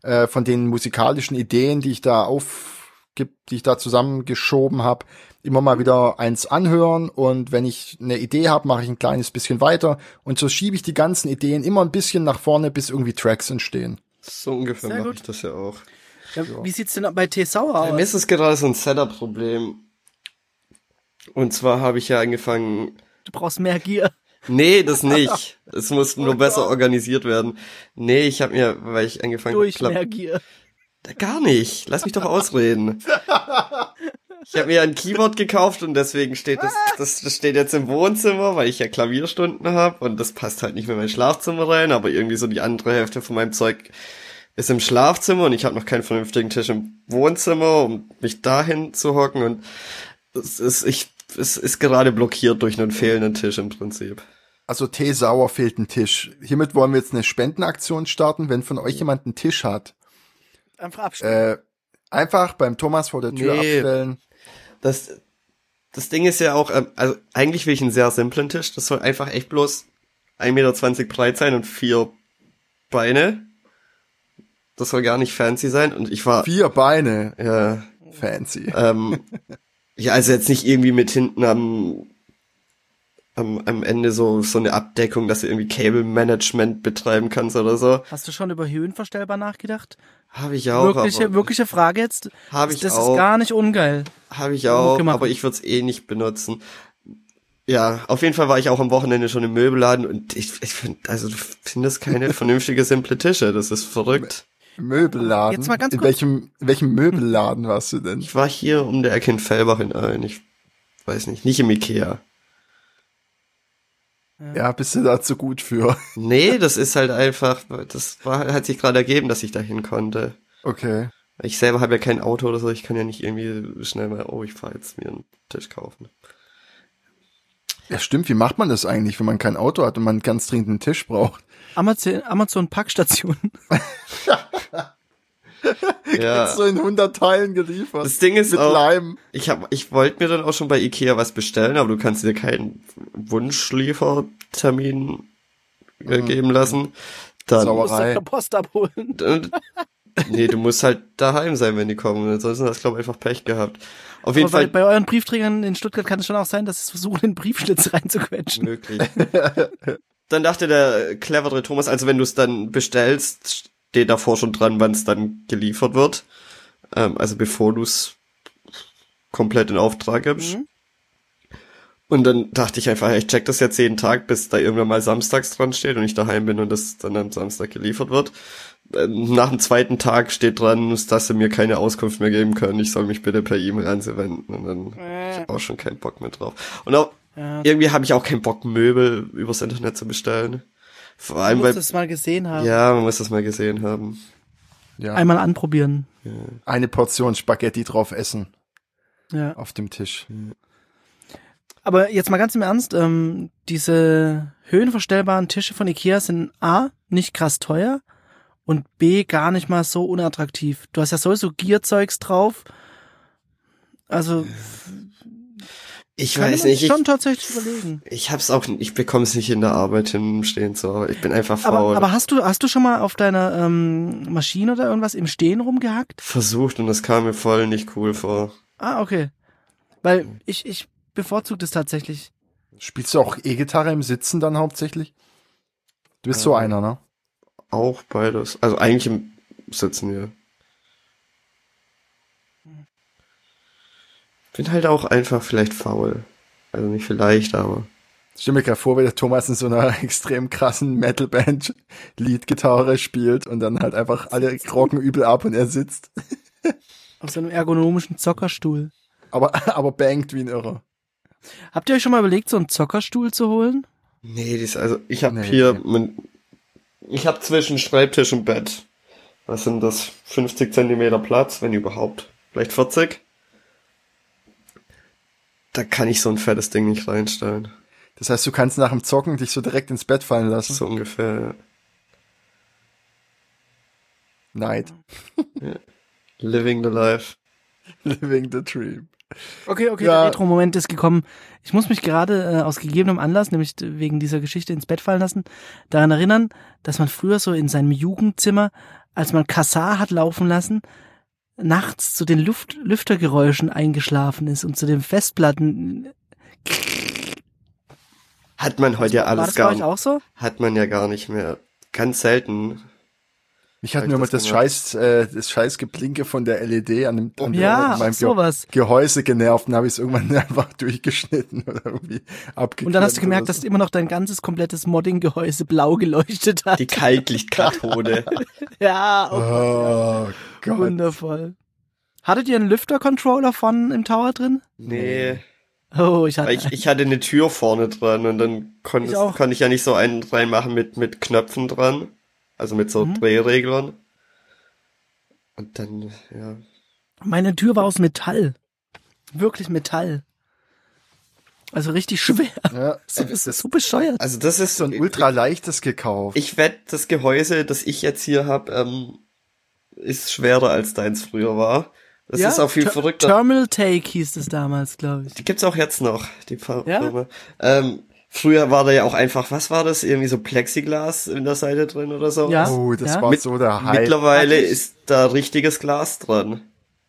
Speaker 3: äh, von den musikalischen Ideen, die ich da aufgibt, die ich da zusammengeschoben habe, immer mal wieder eins anhören. Und wenn ich eine Idee habe, mache ich ein kleines bisschen weiter. Und so schiebe ich die ganzen Ideen immer ein bisschen nach vorne, bis irgendwie Tracks entstehen.
Speaker 2: So ungefähr
Speaker 1: Sehr
Speaker 2: mache
Speaker 1: gut.
Speaker 2: ich das ja auch.
Speaker 1: Ja, wie sieht's denn bei T. Sauer
Speaker 2: Bei mir
Speaker 1: aus?
Speaker 2: ist es gerade so ein Setup-Problem. Und zwar habe ich ja angefangen.
Speaker 1: Du brauchst mehr Gier.
Speaker 2: Nee, das nicht. Es muss nur besser organisiert werden. Nee, ich habe mir, weil ich angefangen habe,
Speaker 1: Durch
Speaker 2: Klapp-
Speaker 1: mehr Gier.
Speaker 2: Gar nicht. Lass mich doch ausreden. Ich habe mir ein Keyboard gekauft und deswegen steht das, das, das steht jetzt im Wohnzimmer, weil ich ja Klavierstunden habe und das passt halt nicht mehr in mein Schlafzimmer rein, aber irgendwie so die andere Hälfte von meinem Zeug ist im Schlafzimmer und ich habe noch keinen vernünftigen Tisch im Wohnzimmer, um mich dahin zu hocken und es ist, ich, es ist gerade blockiert durch einen fehlenden Tisch im Prinzip.
Speaker 3: Also Tee sauer fehlt ein Tisch. Hiermit wollen wir jetzt eine Spendenaktion starten, wenn von euch jemand einen Tisch hat.
Speaker 1: Einfach abstellen.
Speaker 3: Äh, einfach beim Thomas vor der Tür
Speaker 2: Nee.
Speaker 3: abstellen.
Speaker 2: Das, das Ding ist ja auch, ähm, also eigentlich will ich einen sehr simplen Tisch. Das soll einfach echt bloß 1,20 Meter breit sein und vier Beine. Das soll gar nicht fancy sein. Und ich war,
Speaker 3: Vier Beine.
Speaker 2: ja,
Speaker 3: Fancy.
Speaker 2: ähm, ja, also jetzt nicht irgendwie mit hinten am, am, am Ende so, so eine Abdeckung, dass du irgendwie Cable Management betreiben kannst oder so.
Speaker 1: Hast du schon über Höhenverstellbar nachgedacht?
Speaker 2: Habe ich Äh. auch,
Speaker 1: wirkliche,
Speaker 2: aber
Speaker 1: wirkliche Frage jetzt.
Speaker 2: Hab
Speaker 1: Das-
Speaker 2: ich
Speaker 1: das
Speaker 2: auch.
Speaker 1: ist gar nicht ungeil.
Speaker 2: Habe ich auch,
Speaker 1: gemacht.
Speaker 2: aber ich würde es eh nicht benutzen. Ja, auf jeden Fall war ich auch am Wochenende schon im Möbelladen und ich, ich finde, also du findest keine vernünftige simple Tische, das ist verrückt.
Speaker 3: Möbelladen.
Speaker 1: Jetzt mal ganz
Speaker 3: in
Speaker 1: kurz.
Speaker 3: welchem, in welchem Möbelladen warst du denn?
Speaker 2: Ich war hier um der Ecke in Fellbach in Aalen, ich weiß nicht, nicht im Ikea.
Speaker 3: Ja, bist du dazu gut für?
Speaker 2: Nee, das ist halt einfach, das war, hat sich gerade ergeben, dass ich da hin konnte.
Speaker 3: Okay.
Speaker 2: Ich selber habe ja kein Auto oder so, ich kann ja nicht irgendwie schnell mal, oh, ich fahr jetzt mir einen Tisch kaufen.
Speaker 3: Ja, stimmt. Wie macht man das eigentlich, wenn man kein Auto hat und man ganz dringend einen Tisch braucht?
Speaker 1: Amazon, Amazon Packstation.
Speaker 2: Ja.
Speaker 3: Jetzt so in 100 Teilen geliefert.
Speaker 2: Äh. Das Ding ist
Speaker 3: mit
Speaker 2: auch-
Speaker 3: Leim.
Speaker 2: Ich hab, ich wollte mir dann auch schon bei Ikea was bestellen, aber du kannst dir keinen Wunschliefertermin äh, geben lassen. Dann,
Speaker 1: Du musst
Speaker 3: Sauerei.
Speaker 1: doch Post abholen.
Speaker 2: und, nee, du musst halt daheim sein, wenn die kommen. Ansonsten hast du, glaube ich, einfach Pech gehabt. Auf jeden
Speaker 1: Aber bei,
Speaker 2: Fall
Speaker 1: bei euren Briefträgern in Stuttgart kann es schon auch sein, dass sie versuchen, den Briefschlitz reinzuquetschen.
Speaker 2: möglich. dann dachte der clevere Thomas, also wenn du es dann bestellst, steht davor schon dran, wann es dann geliefert wird. Ähm, also bevor du es komplett in Auftrag gibst.
Speaker 1: Mhm.
Speaker 2: Und dann dachte ich einfach, ich check das jetzt jeden Tag, bis da irgendwann mal samstags dran steht und ich daheim bin und das dann am Samstag geliefert wird. Ähm, Nach dem zweiten Tag steht dran, dass sie mir keine Auskunft mehr geben können. Ich soll mich bitte per E-Mail an sie wenden. Und dann hab ich auch schon keinen Bock mehr drauf. Und auch,
Speaker 1: Ja.
Speaker 2: irgendwie habe ich auch keinen Bock, Möbel übers Internet zu bestellen. Vor
Speaker 1: Du
Speaker 2: allem,
Speaker 1: musst
Speaker 2: weil,
Speaker 1: es mal gesehen haben.
Speaker 2: ja, man muss das mal gesehen haben.
Speaker 3: Ja.
Speaker 1: Einmal anprobieren.
Speaker 3: Eine Portion Spaghetti drauf essen.
Speaker 1: Ja.
Speaker 3: Auf dem Tisch.
Speaker 1: Aber jetzt mal ganz im Ernst, ähm, diese höhenverstellbaren Tische von Ikea sind A, nicht krass teuer und B, gar nicht mal so unattraktiv. Du hast ja sowieso Gierzeugs drauf. Also
Speaker 2: Ich
Speaker 1: kann
Speaker 2: weiß
Speaker 1: man
Speaker 2: nicht,
Speaker 1: sich
Speaker 2: ich,
Speaker 1: schon tatsächlich überlegen.
Speaker 2: ich hab's auch, ich bekomme es nicht in der Arbeit hin, stehen zu. Hause. Ich bin einfach faul.
Speaker 1: Aber, aber hast du hast du schon mal auf deiner ähm, Maschine oder irgendwas im Stehen rumgehackt?
Speaker 2: Versucht und das kam mir voll nicht cool vor.
Speaker 1: Ah, okay. Weil ich, ich bevorzuge das tatsächlich.
Speaker 3: Spielst du auch E-Gitarre im Sitzen dann hauptsächlich? Du bist
Speaker 1: Ähm.
Speaker 3: so einer, ne?
Speaker 2: Auch beides. Also eigentlich im Sitzen hier. Bin halt auch einfach vielleicht faul. Also nicht vielleicht, aber.
Speaker 3: Ich stelle mir gerade vor, wie der Thomas in so einer extrem krassen Metalband Leadgitarre spielt und dann halt einfach alle rocken übel ab und er sitzt,
Speaker 1: Auf so einem ergonomischen Zockerstuhl.
Speaker 3: aber, aber bangt wie ein Irrer.
Speaker 1: Habt ihr euch schon mal überlegt, so einen Zockerstuhl zu holen?
Speaker 2: Nee, das, also ich habe
Speaker 3: Nee,
Speaker 2: hier.
Speaker 3: nee.
Speaker 2: Mein, ich habe zwischen Schreibtisch und Bett. Was sind das? 50 Zentimeter Platz, wenn überhaupt. Vielleicht 40? Da kann ich so ein fettes Ding nicht reinstellen.
Speaker 3: Das heißt, du kannst nach dem Zocken dich so direkt ins Bett fallen lassen.
Speaker 2: So ungefähr. ja.
Speaker 3: Neid.
Speaker 2: Living the life.
Speaker 3: Living the dream.
Speaker 1: Okay, okay,
Speaker 3: Ja.
Speaker 1: der Retro-Moment ist gekommen. Ich muss mich gerade äh, aus gegebenem Anlass, nämlich d- wegen dieser Geschichte ins Bett fallen lassen, daran erinnern, dass man früher so in seinem Jugendzimmer, als man Kassar hat laufen lassen, nachts zu den Luft Lüftergeräuschen eingeschlafen ist und zu den Festplatten.
Speaker 2: Hat man heute ja
Speaker 1: War
Speaker 2: alles
Speaker 1: das bei
Speaker 2: gar
Speaker 1: euch
Speaker 2: nicht.
Speaker 1: auch so?
Speaker 2: Hat man ja gar nicht mehr. Ganz selten.
Speaker 3: Ich hatte
Speaker 2: Hab ich
Speaker 3: nur mal
Speaker 2: das
Speaker 3: das
Speaker 2: gemacht?
Speaker 3: scheiß, äh, das scheiß Geblinke von der LED an dem, an
Speaker 1: Ja,
Speaker 3: an meinem
Speaker 1: sowas.
Speaker 3: Ge Gehäuse genervt und habe ich es irgendwann einfach durchgeschnitten oder irgendwie abgeklemmt.
Speaker 1: Und dann hast du gemerkt,
Speaker 3: oder so.
Speaker 1: dass immer noch dein ganzes komplettes Modding-Gehäuse blau geleuchtet hat.
Speaker 2: Die Kaltlichtkathode.
Speaker 1: Ja, oh
Speaker 3: Oh Gott.
Speaker 1: Wundervoll. Hattet ihr einen Lüfter-Controller von im Tower drin?
Speaker 2: nee.
Speaker 1: Oh, ich hatte.
Speaker 2: Weil ich, ich hatte eine Tür vorne dran und dann konnte
Speaker 1: Ich auch.
Speaker 2: konnte ich ja nicht so einen reinmachen mit, mit Knöpfen dran. Also mit so
Speaker 1: Mhm.
Speaker 2: Drehreglern. Und dann, ja.
Speaker 1: meine Tür war aus Metall. Wirklich Metall. Also richtig schwer.
Speaker 3: Ja,
Speaker 1: So, das ist
Speaker 3: das
Speaker 1: so bescheuert.
Speaker 2: Also das ist
Speaker 3: ist so ein ultra leichtes gekauft.
Speaker 2: Ich wette, das Gehäuse, das ich jetzt hier habe, ähm, ist schwerer als deins früher war. Das
Speaker 1: Ja,
Speaker 2: ist auch viel
Speaker 1: Ter-
Speaker 2: verrückter.
Speaker 1: Terminal Take hieß das damals, glaube ich.
Speaker 2: Die gibt's auch jetzt noch, die Fa-
Speaker 1: Ja?
Speaker 2: Firma. Ähm, früher war da ja auch einfach, was war das? Irgendwie so Plexiglas in der Seite drin oder so.
Speaker 1: Ja.
Speaker 3: oh, das
Speaker 1: Ja.
Speaker 3: war
Speaker 2: Mit-
Speaker 3: so der Hype.
Speaker 2: Mittlerweile
Speaker 1: Hatte ich-
Speaker 2: ist da richtiges Glas dran.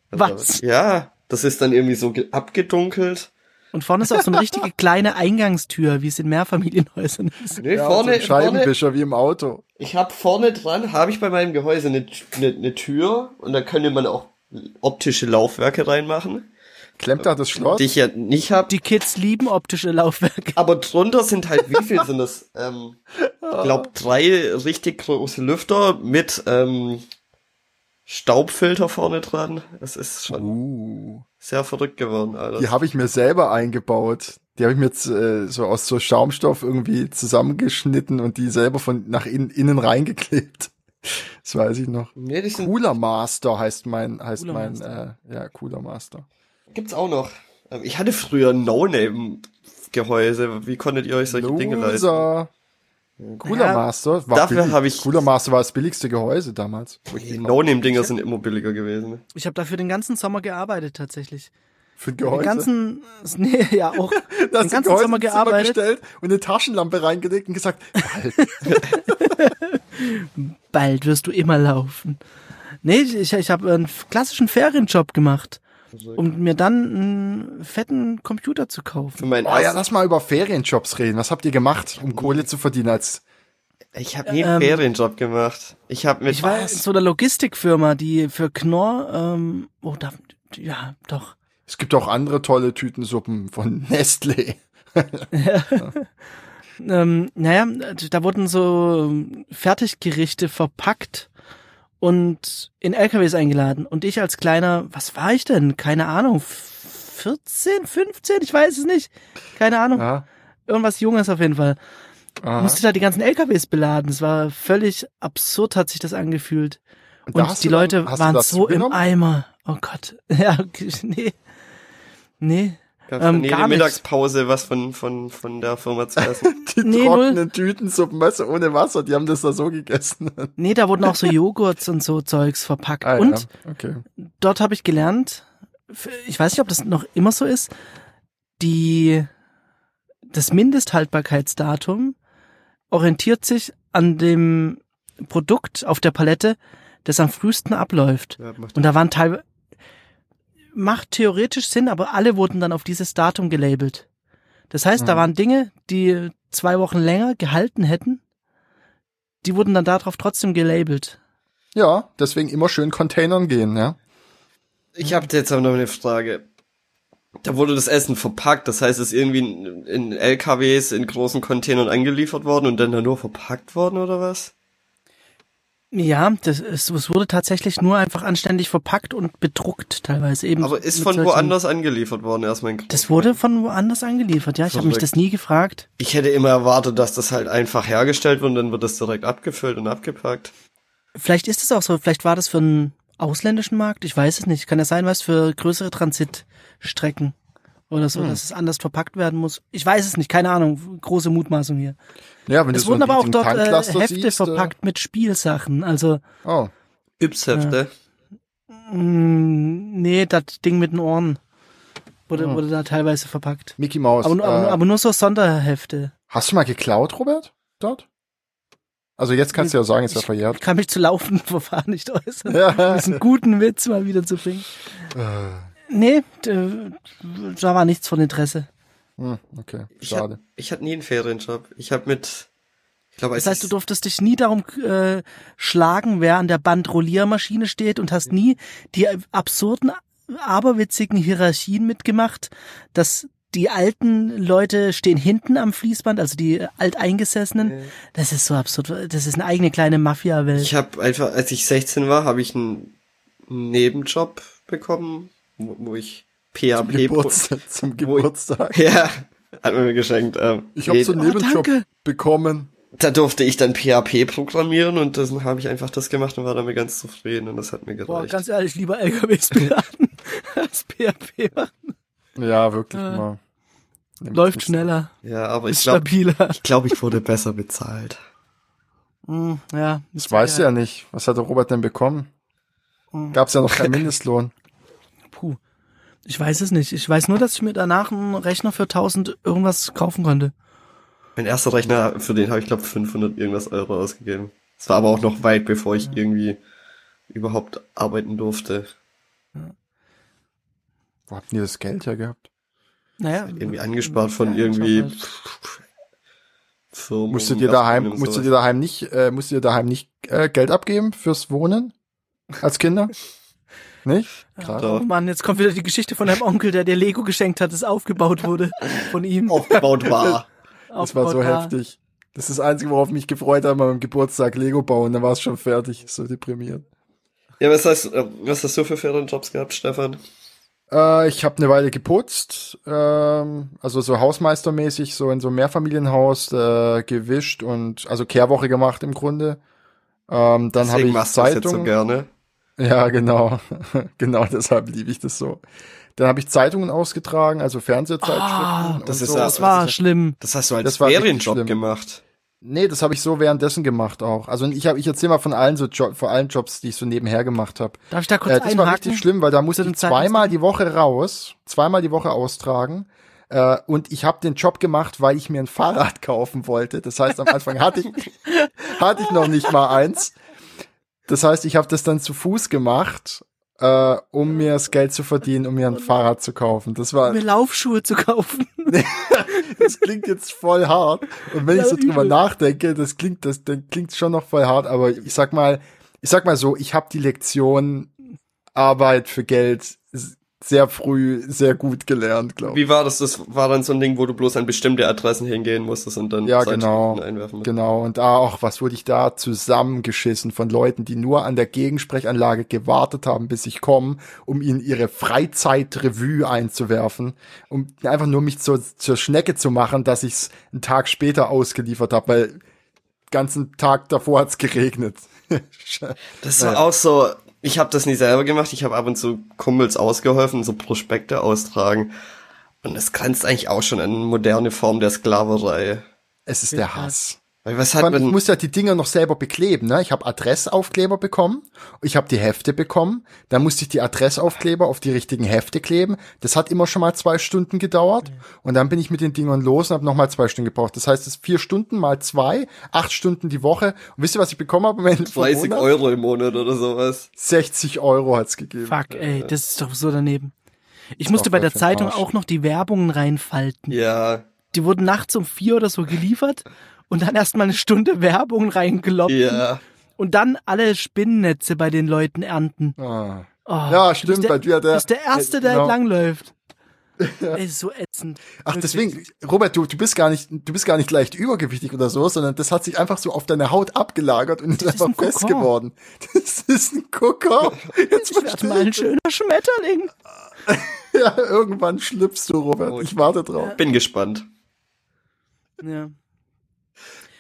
Speaker 1: Was?
Speaker 2: Ja, das ist dann irgendwie so ge- abgedunkelt.
Speaker 1: Und vorne ist auch so eine richtige kleine Eingangstür, wie es in Mehrfamilienhäusern ist.
Speaker 2: Nee,
Speaker 3: ja, vorne, so
Speaker 2: vorne,
Speaker 3: ein
Speaker 2: vorne,
Speaker 3: Scheibenwischer wie im Auto.
Speaker 2: ich habe vorne dran, habe ich bei meinem Gehäuse eine, eine, eine Tür und da könnte man auch optische Laufwerke reinmachen,
Speaker 3: Klemmt
Speaker 1: Äh,
Speaker 3: da das Schloss?
Speaker 2: die ich ja nicht habe.
Speaker 1: Die Kids lieben optische Laufwerke.
Speaker 2: Aber drunter sind halt, wie viel sind das? Ähm, ich glaube, drei richtig große Lüfter mit ähm, Staubfilter vorne dran. Es ist schon
Speaker 3: uh.
Speaker 2: sehr verrückt geworden, Alter.
Speaker 3: Die habe ich mir selber eingebaut. Die habe ich mir jetzt, äh, so aus so Schaumstoff irgendwie zusammengeschnitten und die selber von nach innen, innen reingeklebt. Das weiß ich noch.
Speaker 2: Nee, die sind,
Speaker 3: Cooler Master heißt mein, heißt
Speaker 1: Hm. Cooler
Speaker 3: mein, äh,
Speaker 1: Master.
Speaker 3: ja, cooler Master.
Speaker 2: gibt's auch noch. Ähm, Ich hatte früher ein No-Name-Gehäuse. Wie konntet ihr euch solche Dinge leisten?
Speaker 3: Loser. Cooler
Speaker 1: Ja,
Speaker 3: Master. War
Speaker 2: dafür
Speaker 3: billig.
Speaker 2: habe ich-
Speaker 3: Cooler Master war das billigste Gehäuse damals.
Speaker 2: Die No-Name-Dinger sind immer billiger gewesen.
Speaker 1: Ich habe dafür den ganzen Sommer gearbeitet tatsächlich.
Speaker 3: Für ein
Speaker 1: Den
Speaker 3: Gehäuse.
Speaker 1: ganzen, nee, ja auch, den
Speaker 3: Da hast
Speaker 1: ganzen
Speaker 3: du Gehäuse
Speaker 1: Sommer
Speaker 3: ins Zimmer
Speaker 1: gearbeitet.
Speaker 3: gestellt und eine Taschenlampe reingelegt und gesagt, bald.
Speaker 1: bald wirst du immer laufen. Nee, ich, ich habe einen f- klassischen Ferienjob gemacht, um mir dann einen fetten Computer zu
Speaker 2: Für
Speaker 1: kaufen.
Speaker 2: meinen
Speaker 3: oh ja,
Speaker 2: ersten,
Speaker 3: lass mal über Ferienjobs reden. Was habt ihr gemacht, um Kohle zu verdienen als
Speaker 2: ich habe nie
Speaker 1: Ähm,
Speaker 2: einen Ferienjob gemacht. Ich habe mit
Speaker 1: Ich war in so einer Logistikfirma, die für Knorr, ähm, oh, da, ja, doch.
Speaker 3: Es gibt auch andere tolle Tütensuppen von Nestlé.
Speaker 1: Ähm, naja, da wurden so ähm, Fertiggerichte verpackt und in LKWs eingeladen. Und ich als kleiner, was war ich denn? Keine Ahnung, 14, 15, ich weiß es nicht. Keine Ahnung.
Speaker 3: Ja,
Speaker 1: Irgendwas Junges auf jeden Fall.
Speaker 3: aha.
Speaker 1: musste da die ganzen LKWs beladen. Es war völlig absurd, hat sich das angefühlt. Und,
Speaker 3: da hast
Speaker 1: die
Speaker 3: du dann-
Speaker 1: Leute
Speaker 3: hast du
Speaker 1: waren
Speaker 3: das
Speaker 1: so im
Speaker 3: zugenommen?
Speaker 1: Eimer. Oh Gott. Ja, okay, nee. Nee.
Speaker 2: gab's
Speaker 1: ähm,
Speaker 2: dann jede
Speaker 1: gar nicht.
Speaker 2: Mittagspause was von, von, von der Firma zu essen.
Speaker 3: Die
Speaker 1: Nee,
Speaker 3: trockenen Tütensuppen, weißt du, ohne Wasser, die haben das da so gegessen.
Speaker 1: Nee, da wurden auch so Joghurts und so Zeugs verpackt.
Speaker 3: Ah,
Speaker 1: und
Speaker 3: ja. okay.
Speaker 1: dort habe ich gelernt, f- ich weiß nicht, ob das noch immer so ist, die, das Mindesthaltbarkeitsdatum orientiert sich an dem Produkt auf der Palette, das am frühesten abläuft.
Speaker 2: ja, macht
Speaker 1: Und da waren teilweise, macht theoretisch Sinn, aber alle wurden dann auf dieses Datum gelabelt. Das heißt, da
Speaker 3: Mhm.
Speaker 1: waren Dinge, die zwei Wochen länger gehalten hätten, die wurden dann darauf trotzdem gelabelt.
Speaker 3: Ja, deswegen immer schön Containern gehen, ja.
Speaker 2: Ich habe jetzt aber noch eine Frage. Da wurde das Essen verpackt, das heißt, es ist irgendwie in, in LKWs, in großen Containern angeliefert worden und dann da nur verpackt worden oder was?
Speaker 1: Ja, das ist, es wurde tatsächlich nur einfach anständig verpackt und bedruckt teilweise eben.
Speaker 2: Aber ist
Speaker 1: mit
Speaker 2: von
Speaker 1: solchen-
Speaker 2: woanders angeliefert worden erstmal. In
Speaker 1: Das wurde von woanders angeliefert, ja. Ich habe mich
Speaker 2: Verrückt.
Speaker 1: das nie gefragt.
Speaker 2: ich hätte immer erwartet, dass das halt einfach hergestellt wird und dann wird das direkt abgefüllt und abgepackt.
Speaker 1: Vielleicht ist es auch so, vielleicht war das für einen ausländischen Markt, ich weiß es nicht. Kann ja sein, was für größere Transitstrecken oder
Speaker 3: Hm.
Speaker 1: so, dass es anders verpackt werden muss. Ich weiß es nicht, keine Ahnung, große Mutmaßung hier.
Speaker 3: Ja, wenn
Speaker 1: Es
Speaker 3: du so
Speaker 1: wurden
Speaker 3: einen
Speaker 1: aber auch
Speaker 3: riesigen
Speaker 1: dort äh,
Speaker 3: Tanklaster
Speaker 1: Hefte
Speaker 3: siehst, äh,
Speaker 1: verpackt mit Spielsachen. Also,
Speaker 3: Oh,
Speaker 2: Yps-Hefte.
Speaker 1: mm, mh, nee, das Ding mit den Ohren. Wurde, wurde da teilweise verpackt.
Speaker 3: Mickey Mouse.
Speaker 1: Aber, nur- aber,
Speaker 3: Ah. äh,
Speaker 1: nur- aber nur so Sonderhefte.
Speaker 3: hast du mal geklaut, Robert? Dort? Also jetzt kannst du ja sagen, ist ja verjährt.
Speaker 1: Ich kann mich zu laufen Verfahren nicht äußern.
Speaker 3: Ja.
Speaker 1: Diesen guten Witz mal wieder zu bringen.
Speaker 3: Äh.
Speaker 1: Nee, d- äh, da war nichts von Interesse.
Speaker 3: Hm, okay,
Speaker 2: Ich, hab,
Speaker 3: schade.
Speaker 2: ich hatte nie einen Ferienjob. Ich habe mit, ich glaube, als
Speaker 1: Das heißt, du
Speaker 2: ich-
Speaker 1: durftest dich nie darum äh, schlagen, wer an der Bandrolliermaschine steht und hast nie die absurden, aberwitzigen Hierarchien mitgemacht, dass die alten Leute stehen hinten am Fließband, also die Alteingesessenen.
Speaker 2: Äh.
Speaker 1: Das ist so absurd. Das ist eine eigene kleine Mafia-Welt.
Speaker 2: Ich habe einfach, als ich 16 war, habe ich einen Nebenjob bekommen, wo, wo ich PAP.
Speaker 3: Geburtstag, zum
Speaker 2: wo-
Speaker 3: Geburtstag.
Speaker 2: Ja, hat man mir geschenkt. Ähm,
Speaker 3: Ich habe so
Speaker 2: nee,
Speaker 1: Ne-
Speaker 3: einen Nebenjob
Speaker 1: oh, danke.
Speaker 3: bekommen.
Speaker 2: da durfte ich dann PAP programmieren und dann habe ich einfach das gemacht und war damit ganz zufrieden und das hat mir gereicht.
Speaker 1: Boah, ganz ehrlich, lieber LKWs beladen als PHP machen.
Speaker 3: Ja, wirklich
Speaker 1: Äh.
Speaker 3: mal.
Speaker 1: Läuft schneller,
Speaker 2: ja, aber ich
Speaker 1: ist
Speaker 2: glaube,
Speaker 1: stabiler.
Speaker 2: ich, glaub, ich wurde besser bezahlt.
Speaker 1: Mm, ja,
Speaker 3: Das weißt du ja nicht. Was hat der Robert denn bekommen?
Speaker 1: Mhm.
Speaker 3: Gab es ja noch keinen Mindestlohn.
Speaker 1: Puh. Ich weiß es nicht. Ich weiß nur, dass ich mir danach einen Rechner für 1000 irgendwas kaufen konnte.
Speaker 2: Mein erster Rechner, für den habe ich glaube 500 irgendwas Euro ausgegeben. Es war aber auch noch weit, bevor ich irgendwie überhaupt arbeiten durfte.
Speaker 3: Wo habt ihr das Geld ja gehabt?
Speaker 1: Naja.
Speaker 2: Irgendwie angespart von
Speaker 1: Ja,
Speaker 2: irgendwie
Speaker 1: schon halt.
Speaker 2: Firmen.
Speaker 3: Musstet ihr daheim, musstet ihr daheim nicht, äh, musstet ihr daheim nicht äh, Geld abgeben fürs Wohnen als Kinder? nicht? Krass.
Speaker 1: Oh Mann, jetzt kommt wieder die Geschichte von deinem Onkel, der dir Lego geschenkt hat, das aufgebaut wurde von ihm.
Speaker 2: aufgebaut war.
Speaker 3: Oh, Das war so
Speaker 1: Aufgebaut
Speaker 3: heftig. Das ist das Einzige, worauf ich mich gefreut habe, an meinem Geburtstag Lego bauen. Dann war es schon fertig. So deprimierend.
Speaker 2: Ja, was hast, äh, was hast du für Ferienjobs gehabt, Stefan?
Speaker 3: Äh, ich habe eine Weile geputzt, ähm, also so hausmeistermäßig, so in so einem Mehrfamilienhaus äh, gewischt und also Kehrwoche gemacht im Grunde. Ähm, dann habe
Speaker 2: Deswegen
Speaker 3: ich
Speaker 2: machst du das jetzt so
Speaker 3: Zeitung.
Speaker 2: gerne.
Speaker 3: Ja, genau. genau deshalb liebe ich das so. Dann habe ich Zeitungen ausgetragen, also Fernsehzeitschriften.
Speaker 1: Ah,
Speaker 3: und
Speaker 2: das ist
Speaker 3: so.
Speaker 2: ja-
Speaker 1: Das war schlimm.
Speaker 2: Das hast du als
Speaker 3: Das war richtig
Speaker 2: Ferienjob
Speaker 3: schlimm.
Speaker 2: gemacht.
Speaker 3: Nee, das habe ich so währenddessen gemacht auch. Also ich habe ich erzähle mal von allen so jo vor allen Jobs, die ich so nebenher gemacht habe.
Speaker 1: Darf ich da kurz
Speaker 3: Äh, das war
Speaker 1: einhaken?
Speaker 3: richtig schlimm, weil da musste
Speaker 1: Zu den
Speaker 3: ich zweimal die Woche raus, zweimal die Woche austragen. Äh, und ich habe den Job gemacht, weil ich mir ein Fahrrad kaufen wollte. Das heißt, am Anfang hatte ich, hatte ich noch nicht mal eins. Das heißt, ich habe das dann zu Fuß gemacht, äh, um mir das Geld zu verdienen, um mir ein Fahrrad zu kaufen. Das war,
Speaker 1: mir Laufschuhe zu kaufen.
Speaker 3: das klingt jetzt voll hart. Und wenn ich so
Speaker 1: Ja, übel.
Speaker 3: drüber nachdenke, das klingt, das, dann klingt schon noch voll hart. Aber ich sag mal, ich sag mal so, ich habe die Lektion Arbeit für Geld s- sehr früh sehr gut gelernt, glaube ich.
Speaker 2: Wie war das? Das war dann so ein Ding, wo du bloß an bestimmte Adressen hingehen musstest und dann
Speaker 3: Ja,
Speaker 2: Zeitschriften
Speaker 3: genau.
Speaker 2: einwerfen musstest.
Speaker 3: Genau. Und auch, was wurde ich da zusammengeschissen von Leuten, die nur an der Gegensprechanlage gewartet haben, bis ich komme, um ihnen ihre Freizeitrevue einzuwerfen, um einfach nur mich zur, zur Schnecke zu machen, dass ich's einen Tag später ausgeliefert habe, weil den ganzen Tag davor hat's geregnet.
Speaker 2: Das war auch so, ich habe das nie selber gemacht, ich habe ab und zu Kumpels ausgeholfen, so Prospekte austragen. Und das grenzt eigentlich auch schon an eine moderne Form der Sklaverei.
Speaker 3: es ist der Hass.
Speaker 2: Weil was
Speaker 3: Vor
Speaker 2: hat
Speaker 3: allem, ich
Speaker 2: man,
Speaker 3: muss ja die Dinger noch selber bekleben. Ne? Ich habe Adressaufkleber bekommen, ich habe die Hefte bekommen, dann musste ich die Adressaufkleber auf die richtigen Hefte kleben. Das hat immer schon mal zwei Stunden gedauert und dann bin ich mit den Dingern los und habe nochmal zwei Stunden gebraucht. Das heißt, es ist vier Stunden mal zwei, acht Stunden die Woche. Und wisst ihr, was ich bekommen habe? am Ende vom
Speaker 2: 30
Speaker 3: Monat?
Speaker 2: Euro im Monat oder sowas?
Speaker 3: 60 Euro hat's gegeben.
Speaker 1: Fuck, ey, das ist doch so daneben. Ich musste
Speaker 3: doch
Speaker 1: bei der
Speaker 3: voll für den
Speaker 1: Zeitung
Speaker 3: Arsch.
Speaker 1: auch noch die Werbungen reinfalten.
Speaker 2: Ja,
Speaker 1: Die wurden nachts um vier oder so geliefert und dann erstmal eine Stunde Werbung reingeloppt
Speaker 2: ja.
Speaker 1: und dann alle Spinnennetze bei den Leuten ernten.
Speaker 3: Ah.
Speaker 1: Oh,
Speaker 3: Ja, stimmt,
Speaker 1: Du
Speaker 3: bei
Speaker 1: bist der,
Speaker 3: dir der-
Speaker 1: du bist der Erste, der
Speaker 3: genau.
Speaker 1: entlangläuft. Ey, ist so ätzend.
Speaker 3: Ach,
Speaker 1: Wirklich.
Speaker 3: deswegen, Robert, du, du bist gar nicht, du bist gar nicht leicht übergewichtig oder so, sondern das hat sich einfach so auf deine Haut abgelagert und ist
Speaker 1: Das ist
Speaker 3: einfach
Speaker 1: ein
Speaker 3: fest
Speaker 1: Kokon.
Speaker 3: geworden. Das ist ein Kokon. Jetzt
Speaker 1: Ich werde mal ein schöner Schmetterling.
Speaker 3: Ja, irgendwann schlüpfst du, Robert. Ich warte drauf.
Speaker 2: Bin gespannt.
Speaker 1: Ja.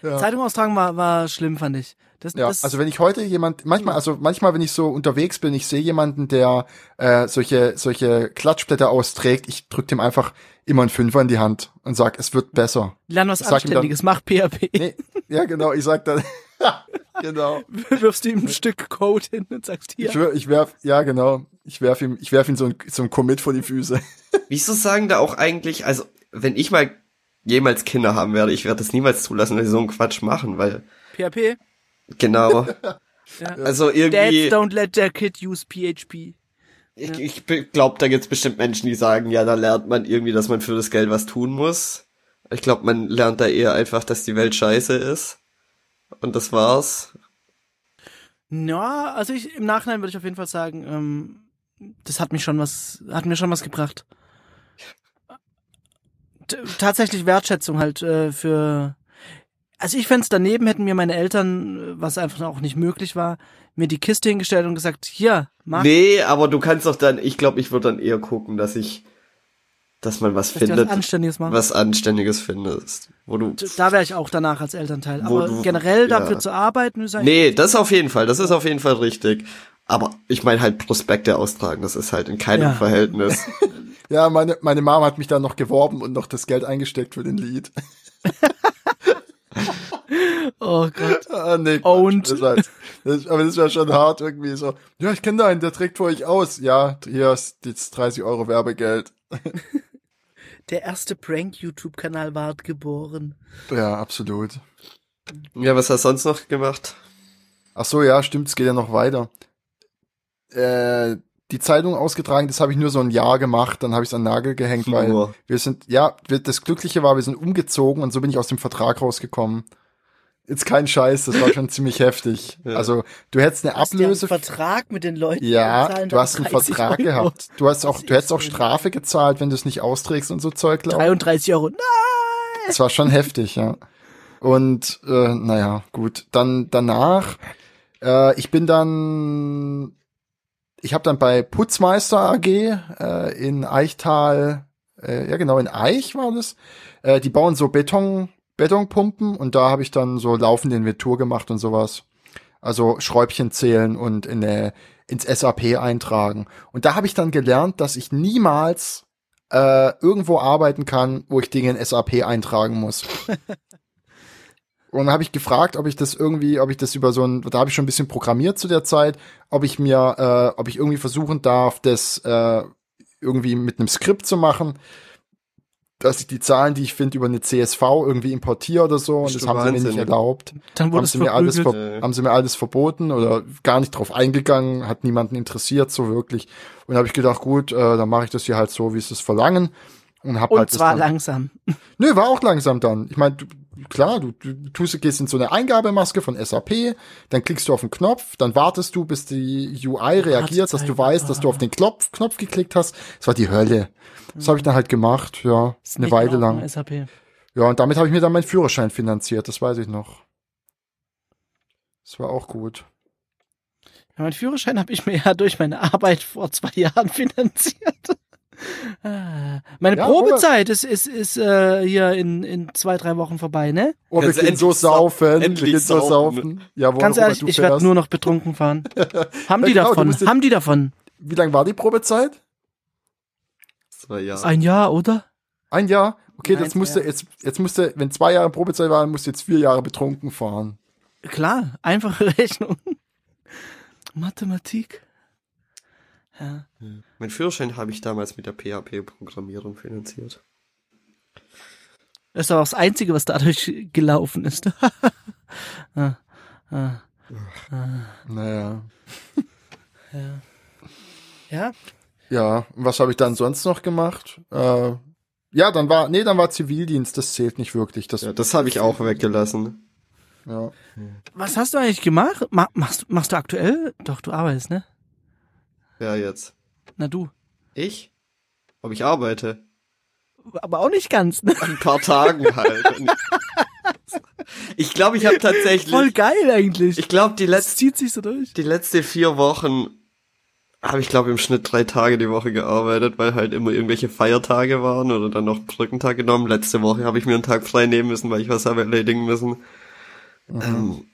Speaker 3: Ja.
Speaker 1: Zeitung austragen war, war schlimm, fand ich. Das,
Speaker 3: Ja,
Speaker 1: das,
Speaker 3: also wenn ich heute jemand, manchmal, also manchmal, wenn ich so unterwegs bin, ich sehe jemanden, der äh, solche solche Klatschblätter austrägt, ich drück dem einfach immer einen Fünfer in die Hand und sag, es wird besser.
Speaker 1: lern was
Speaker 3: sag ihm dann-
Speaker 1: Anständiges, mach PHP.
Speaker 3: Nee, ja genau, ich sag dann, genau.
Speaker 1: Wirfst du ihm ein Stück Code hin und sagst
Speaker 3: Ich,
Speaker 1: hier.
Speaker 3: wür- ich werf, ja genau, ich werf ihm, ich werf ihm so ein, so ein Commit vor die Füße.
Speaker 2: Wieso sagen da auch eigentlich, also wenn ich mal jemals Kinder haben werde, ich werde es niemals zulassen, dass sie so einen Quatsch machen, weil
Speaker 1: PHP.
Speaker 2: genau,
Speaker 1: Ja.
Speaker 2: also
Speaker 1: Dads
Speaker 2: irgendwie,
Speaker 1: don't let their kid use PHP.
Speaker 2: ich, ich glaube, da gibt's bestimmt Menschen, die sagen, ja, da lernt man irgendwie, dass man für das Geld was tun muss. Ich glaube, man lernt da eher einfach, dass die Welt scheiße ist und das war's.
Speaker 1: Na, also ich im Nachhinein würde ich auf jeden Fall sagen, ähm, das hat mich schon was, hat mir schon was gebracht. T tatsächlich Wertschätzung halt äh, für. Also ich fänd's daneben, hätten mir meine Eltern, äh, was einfach auch nicht möglich war, mir die Kiste hingestellt und gesagt, hier, mach.
Speaker 2: Nee, aber du kannst doch dann, ich glaube, ich würde dann eher gucken, dass ich, dass man was
Speaker 1: dass die
Speaker 2: findet,
Speaker 1: was Anständiges machen.
Speaker 2: was Anständiges findest, wo du
Speaker 1: Da wäre ich auch danach als Elternteil.
Speaker 2: Wo
Speaker 1: Aber
Speaker 2: du-
Speaker 1: generell
Speaker 2: ja.
Speaker 1: dafür zu arbeiten, ist eigentlich
Speaker 2: Nee, das auf jeden Fall, das ist auf jeden Fall richtig. Aber ich meine halt Prospekte austragen, das ist halt in keinem
Speaker 1: Ja.
Speaker 2: Verhältnis.
Speaker 3: Ja, meine, meine Mom hat mich dann noch geworben und noch das Geld eingesteckt für den Lied.
Speaker 1: Oh Gott.
Speaker 3: Ah, nee, Quatsch.
Speaker 1: Owned.
Speaker 3: Das war, das, aber das war schon hart irgendwie so. Ja, ich kenne da einen, der trägt für euch aus. Ja, hier ist jetzt 30 Euro Werbegeld.
Speaker 1: Der erste Prank-YouTube-Kanal ward geboren.
Speaker 3: Ja, absolut.
Speaker 2: ja, was hast du sonst noch gemacht?
Speaker 3: Ach so, ja, stimmt, es geht ja noch weiter. Äh, die Zeitung ausgetragen, das habe ich nur so ein Jahr gemacht, dann habe ich es an den Nagel gehängt, weil
Speaker 2: Nur.
Speaker 3: wir sind, ja, wir, das Glückliche war, wir sind umgezogen und so bin ich aus dem Vertrag rausgekommen. Jetzt kein Scheiß, das war schon ziemlich heftig.
Speaker 2: Ja.
Speaker 3: Also, du hättest eine
Speaker 1: Hast du einen
Speaker 3: Ablöse
Speaker 1: Vertrag mit den Leuten? die
Speaker 3: Ja,
Speaker 1: zahlen
Speaker 3: du hast einen
Speaker 1: dann 30
Speaker 3: Vertrag
Speaker 1: Euro.
Speaker 3: gehabt. Du hast auch,
Speaker 1: Das
Speaker 3: du hättest
Speaker 1: ist
Speaker 3: auch Strafe gezahlt, wenn du es nicht austrägst und so Zeug, glaube
Speaker 1: 33 Euro. Nein!
Speaker 3: Es war schon heftig, ja. Und äh, naja, gut. Dann danach, äh, ich bin dann, ich habe dann bei Putzmeister AG äh, in Eichtal, äh, ja genau, in Eich war das. Äh, die bauen so Beton, Betonpumpen und da habe ich dann so laufende Inventur gemacht und sowas. Also Schräubchen zählen und in der, ins SAP eintragen. Und da habe ich dann gelernt, dass ich niemals äh, irgendwo arbeiten kann, wo ich Dinge in SAP eintragen muss. Und habe ich gefragt, ob ich das irgendwie, ob ich das über so ein, da habe ich schon ein bisschen programmiert zu der Zeit, ob ich mir, äh, ob ich irgendwie versuchen darf, das äh, irgendwie mit einem Skript zu machen, dass ich die Zahlen, die ich finde, über eine CSV irgendwie importiere oder so. Und
Speaker 2: Bist
Speaker 3: das
Speaker 2: du
Speaker 3: haben sie mir nicht
Speaker 2: wahnsinnig.
Speaker 3: erlaubt.
Speaker 1: Dann
Speaker 3: Haben
Speaker 1: wurde es
Speaker 3: sie, mir alles
Speaker 1: verprügelt.
Speaker 3: ver
Speaker 2: Äh.
Speaker 3: haben sie mir alles verboten oder gar nicht drauf eingegangen, hat niemanden interessiert so wirklich. Und habe ich gedacht, gut, äh, dann mache ich das hier halt so, wie es das verlangen. Und, hab
Speaker 1: Und
Speaker 3: halt
Speaker 1: zwar
Speaker 3: das dann,
Speaker 1: langsam.
Speaker 3: Nö, war auch langsam dann. Ich meine, du, klar, du, du tust, gehst in so eine Eingabemaske von SAP, dann klickst du auf den Knopf, dann wartest du, bis die UI reagiert, dass
Speaker 1: Wartezeit.
Speaker 3: du weißt, dass du
Speaker 1: ah.
Speaker 3: auf den Knopf, Knopf geklickt hast. Das war die Hölle. Das habe ich dann halt gemacht, ja, eine Weile lang.
Speaker 1: SAP.
Speaker 3: Ja, und damit habe ich mir dann meinen Führerschein finanziert, das weiß ich noch. Das war auch gut.
Speaker 1: Ja, mein Führerschein habe ich mir ja durch meine Arbeit vor zwei Jahren finanziert. Ah, Meine
Speaker 3: Ja,
Speaker 1: Probezeit ist, ist, ist äh, hier in, in zwei, drei Wochen vorbei, ne?
Speaker 3: Oh, wir
Speaker 2: Kannst
Speaker 3: gehen
Speaker 2: endlich
Speaker 3: so
Speaker 2: sa-
Speaker 3: saufen, wir
Speaker 2: endlich
Speaker 3: gehen so
Speaker 2: saufen. ne?
Speaker 3: saufen. Jawohl,
Speaker 1: Ganz
Speaker 3: Robert,
Speaker 1: ehrlich,
Speaker 3: du
Speaker 1: ich werde
Speaker 3: fährst.
Speaker 1: nur noch betrunken fahren. Haben
Speaker 3: Ja,
Speaker 1: die
Speaker 3: genau, du
Speaker 1: davon?
Speaker 3: musst jetzt-
Speaker 1: Haben die davon?
Speaker 3: Wie lang war die Probezeit?
Speaker 2: Zwei Jahre.
Speaker 1: Ein Jahr, oder?
Speaker 3: Ein Jahr? Okay,
Speaker 1: Nein,
Speaker 3: jetzt musste,
Speaker 1: ja.
Speaker 3: jetzt, jetzt musste, wenn zwei Jahre Probezeit waren, musste jetzt vier Jahre betrunken fahren.
Speaker 1: Klar, einfache Rechnung. Mathematik. Ja.
Speaker 2: Mein Führerschein habe ich damals mit der PHP-Programmierung finanziert.
Speaker 1: Das ist aber auch das Einzige, was dadurch gelaufen ist. Ah, ah,
Speaker 3: Naja.
Speaker 1: ja. ja,
Speaker 3: Ja, und was habe ich dann sonst noch gemacht? Äh, ja, dann war, nee, dann war Zivildienst, das zählt nicht wirklich. Das,
Speaker 2: Ja,
Speaker 3: ja.
Speaker 2: das habe ich auch weggelassen.
Speaker 1: was hast du eigentlich gemacht? Ma machst, machst du aktuell? Doch, du arbeitest, ne?
Speaker 2: Ja, jetzt.
Speaker 1: Na du.
Speaker 2: Ich? Ob ich arbeite?
Speaker 1: Aber auch nicht ganz, ne?
Speaker 2: An ein paar Tagen halt. Und ich glaube, ich habe
Speaker 1: Voll
Speaker 2: tatsächlich,
Speaker 1: geil eigentlich.
Speaker 2: ich glaube, die
Speaker 1: das
Speaker 2: letzte
Speaker 1: zieht sich so durch.
Speaker 2: die letzte vier Wochen habe ich glaube im Schnitt drei Tage die Woche gearbeitet, weil halt immer irgendwelche Feiertage waren oder dann noch einen Brückentag genommen. Letzte Woche habe ich mir einen Tag frei nehmen müssen, weil ich was habe erledigen müssen. Ähm,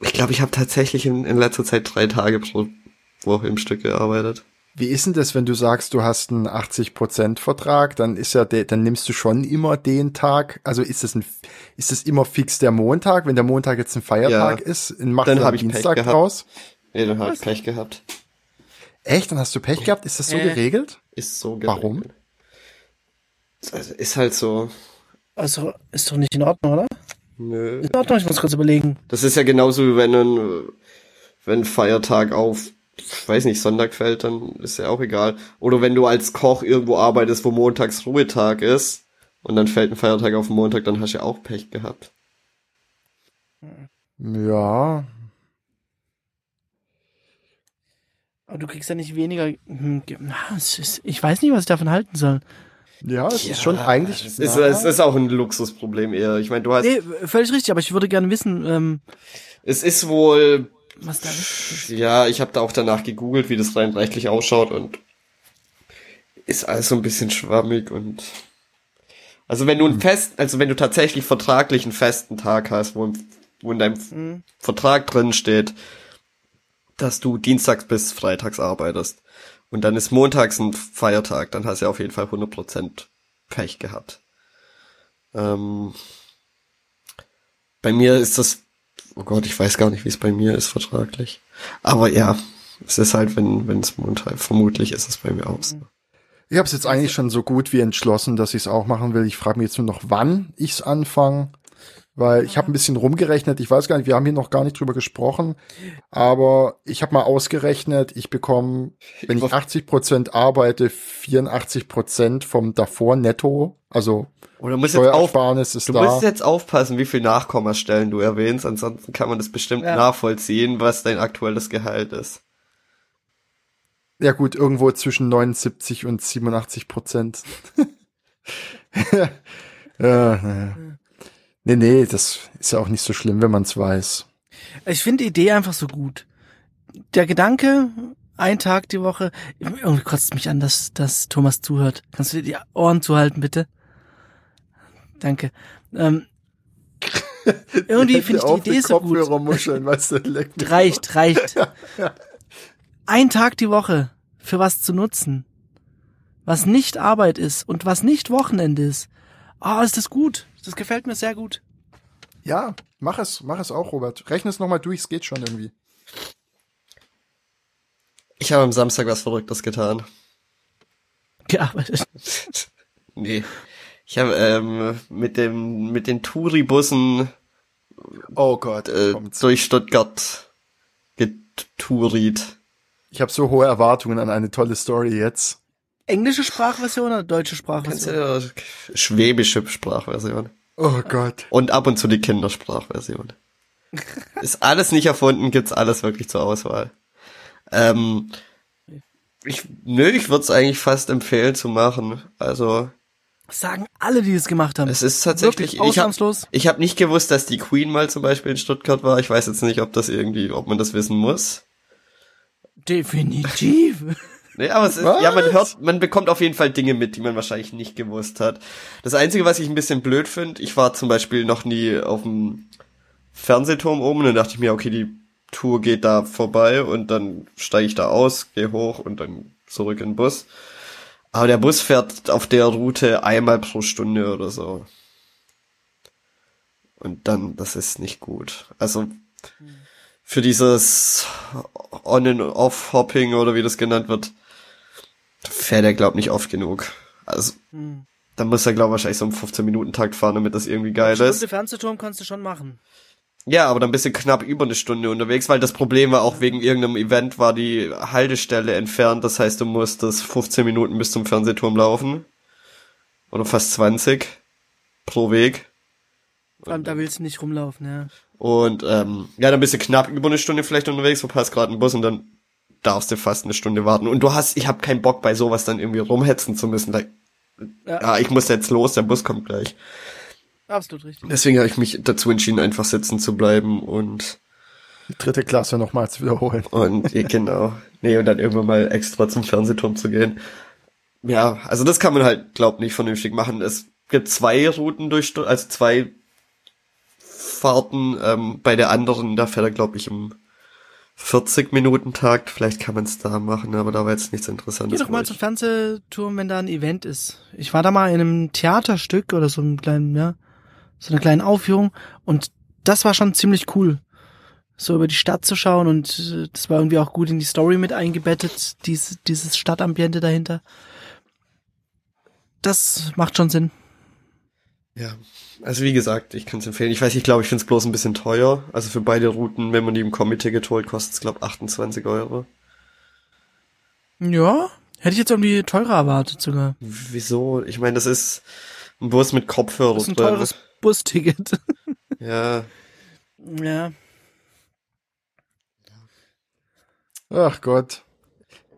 Speaker 2: ich glaube, ich habe tatsächlich in, in letzter Zeit drei Tage pro Woche im Stück gearbeitet.
Speaker 3: Wie ist denn das, wenn du sagst, du hast einen 80% Vertrag, dann ist ja der, dann nimmst du schon immer den Tag, also ist es ein ist es immer fix der Montag, wenn der Montag jetzt ein Feiertag
Speaker 2: Ja.
Speaker 3: ist, macht
Speaker 2: Dann
Speaker 3: dann
Speaker 2: hab ich Pech
Speaker 3: Dienstag
Speaker 2: gehabt.
Speaker 3: draus?
Speaker 2: Nee, dann hab ich Pech gehabt.
Speaker 3: Echt, dann hast du Pech gehabt, ist das so
Speaker 1: Äh.
Speaker 3: geregelt?
Speaker 2: Ist so
Speaker 3: Warum?
Speaker 2: geregelt. Also, ist halt so.
Speaker 1: Also ist doch nicht in Ordnung, oder?
Speaker 2: Nö.
Speaker 1: Ist in Ordnung, ich muss kurz überlegen.
Speaker 2: Das ist ja genauso wie wenn ein, äh, wenn Feiertag auf, ich weiß nicht, Sonntag fällt, dann ist ja auch egal. Oder wenn du als Koch irgendwo arbeitest, wo montags Ruhetag ist und dann fällt ein Feiertag auf den Montag, dann hast du ja auch Pech gehabt.
Speaker 3: Ja,
Speaker 1: Aber du kriegst ja nicht weniger. Hm, ge- na, es ist, ich weiß nicht, was ich davon halten soll.
Speaker 3: ja, es
Speaker 2: Ja,
Speaker 3: ist schon eigentlich.
Speaker 2: Es ist,
Speaker 3: ja.
Speaker 2: es ist auch ein Luxusproblem eher. Ich meine, du hast,
Speaker 1: Nee, völlig richtig, aber ich würde gerne wissen, ähm,
Speaker 2: es ist wohl,
Speaker 1: was da ist.
Speaker 2: ja, ich habe da auch danach gegoogelt, wie das rein rechtlich ausschaut und ist alles so ein bisschen schwammig und also wenn du einen fest, also wenn du tatsächlich vertraglich einen festen Tag hast, wo, im- wo in deinem
Speaker 1: Hm.
Speaker 2: Vertrag drin steht, dass du dienstags bis freitags arbeitest und dann ist montags ein Feiertag, dann hast du ja auf jeden Fall 100% Pech gehabt. Ähm, bei mir ist das, oh Gott, ich weiß gar nicht, wie es bei mir ist vertraglich. Aber ja, es ist halt, wenn wenn es Montag, vermutlich ist es bei mir auch so.
Speaker 3: Ich habe es jetzt eigentlich schon so gut wie entschlossen, dass ich es auch machen will. Ich frage mich jetzt nur noch, wann ich es anfange, weil ich habe ein bisschen rumgerechnet. Ich weiß gar nicht, wir haben hier noch gar nicht drüber gesprochen, aber ich habe mal ausgerechnet, ich bekomme, wenn ich 80 Prozent arbeite, 84 Prozent vom davor Netto, also
Speaker 2: Oder musst jetzt auf,
Speaker 3: Steuersparnis ist
Speaker 2: du
Speaker 3: da.
Speaker 2: musst jetzt aufpassen, wie viel Nachkommastellen du erwähnst, ansonsten kann man das bestimmt
Speaker 1: Ja.
Speaker 2: nachvollziehen, was dein aktuelles Gehalt ist.
Speaker 3: Ja gut, irgendwo zwischen 79 und 87 Prozent. ja, naja. Nee, nee, das ist ja auch nicht so schlimm, wenn man es weiß.
Speaker 1: Ich finde die Idee einfach so gut. Der Gedanke, ein Tag die Woche, irgendwie kotzt mich an, dass, dass Thomas zuhört. Kannst du dir die Ohren zuhalten, bitte? Danke. Ähm, irgendwie
Speaker 3: Hände
Speaker 1: finde ich
Speaker 3: auf
Speaker 1: die Idee so gut.
Speaker 3: Kopfhörermuscheln, weißt du, leck mich.
Speaker 1: Reicht, reicht. Ein Tag die Woche für was zu nutzen, was nicht Arbeit ist und was nicht Wochenende ist. Ah, ist das gut. Das gefällt mir sehr gut.
Speaker 3: Ja, mach es, mach es auch, Robert. Rechne es nochmal durch, es geht schon irgendwie.
Speaker 2: Ich habe am Samstag was Verrücktes getan.
Speaker 1: Gearbeitet.
Speaker 2: nee. Ich habe ähm, mit dem mit den Touribussen
Speaker 3: Oh Gott,
Speaker 2: äh,
Speaker 3: kommt's.
Speaker 2: durch Stuttgart getouriert.
Speaker 3: Ich habe so hohe Erwartungen an eine tolle Story jetzt.
Speaker 1: Englische Sprachversion oder deutsche Sprachversion?
Speaker 2: Ja, schwäbische Sprachversion.
Speaker 3: Oh Gott.
Speaker 2: Und ab und zu die Kindersprachversion. Ist alles nicht erfunden, gibt's alles wirklich zur Auswahl. Ähm, ich, nö, ich würde es eigentlich fast empfehlen zu machen. Also,
Speaker 1: Das sagen alle, die es gemacht haben.
Speaker 2: Es ist tatsächlich
Speaker 1: Wirklich,
Speaker 2: ich hab-
Speaker 1: ausnahmslos.
Speaker 2: Ich habe hab nicht gewusst, dass die Queen mal zum Beispiel in Stuttgart war. Ich weiß jetzt nicht, ob das irgendwie, ob man das wissen muss.
Speaker 1: Definitiv.
Speaker 2: Nee, aber es ist,
Speaker 3: Was?
Speaker 2: ja, man hört, man bekommt auf jeden Fall Dinge mit, die man wahrscheinlich nicht gewusst hat. Das Einzige, was ich ein bisschen blöd finde, ich war zum Beispiel noch nie auf dem Fernsehturm oben und dann dachte ich mir, okay, die Tour geht da vorbei und dann steige ich da aus, gehe hoch und dann zurück in den Bus. Aber der Bus fährt auf der Route einmal pro Stunde oder so. Und dann, das ist nicht gut. Also für dieses On- and Off-Hopping oder wie das genannt wird, fährt er, glaub nicht oft genug. Also,
Speaker 1: Hm.
Speaker 2: dann muss er, glaub wahrscheinlich so im 15-Minuten-Takt fahren, damit das irgendwie geil ist.
Speaker 1: Stunde Fernsehturm kannst du schon machen.
Speaker 2: Ja, aber dann bist du knapp über eine Stunde unterwegs, weil das Problem war auch wegen irgendeinem Event war die Haltestelle entfernt. Das heißt, du musstest 15 Minuten bis zum Fernsehturm laufen. Oder fast 20 pro Weg.
Speaker 1: Vor allem, da willst du nicht rumlaufen, ja.
Speaker 2: Und ähm, ja, dann bist du knapp über eine Stunde vielleicht unterwegs, verpasst gerade einen Bus und dann darfst du fast eine Stunde warten. Und du hast, ich hab keinen Bock bei sowas dann irgendwie rumhetzen zu müssen. Like,
Speaker 1: Ja.
Speaker 2: ja, ich muss jetzt los, der Bus kommt gleich.
Speaker 1: Absolut richtig.
Speaker 2: Deswegen habe ich mich dazu entschieden, einfach sitzen zu bleiben und
Speaker 3: Die dritte Klasse nochmals wiederholen.
Speaker 2: Und ja, genau. Nee, und dann irgendwann mal extra zum Fernsehturm zu gehen. Ja, also das kann man halt, glaub nicht vernünftig machen. Es gibt zwei Routen durch, Stu- also zwei Fahrten. Ähm, bei der anderen, da fährt er, glaube ich, im 40 Minuten Takt, vielleicht kann man es da machen, aber da war jetzt nichts
Speaker 1: Geh
Speaker 2: Interessantes.
Speaker 1: doch mal
Speaker 2: glaub
Speaker 1: zum
Speaker 2: ich.
Speaker 1: Fernsehturm, wenn da ein Event ist. Ich war da mal in einem Theaterstück oder so einem kleinen, ja, so einer kleinen Aufführung und das war schon ziemlich cool, so über die Stadt zu schauen und äh, das war irgendwie auch gut in die Story mit eingebettet, dies, dieses Stadtambiente dahinter. Das macht schon Sinn.
Speaker 2: ja, also wie gesagt, ich kann es empfehlen. Ich weiß, ich glaube, ich finde es bloß ein bisschen teuer. Also für beide Routen, wenn man die im Kombi-Ticket holt, kostet es, glaube 28 Euro.
Speaker 1: Ja, hätte ich jetzt irgendwie teurer erwartet sogar.
Speaker 2: Wieso? Ich meine, das ist ein Bus mit Kopfhörer
Speaker 1: Das ist ein
Speaker 2: drin.
Speaker 1: teures Busticket.
Speaker 2: Ja,
Speaker 1: ja.
Speaker 3: Ach Gott.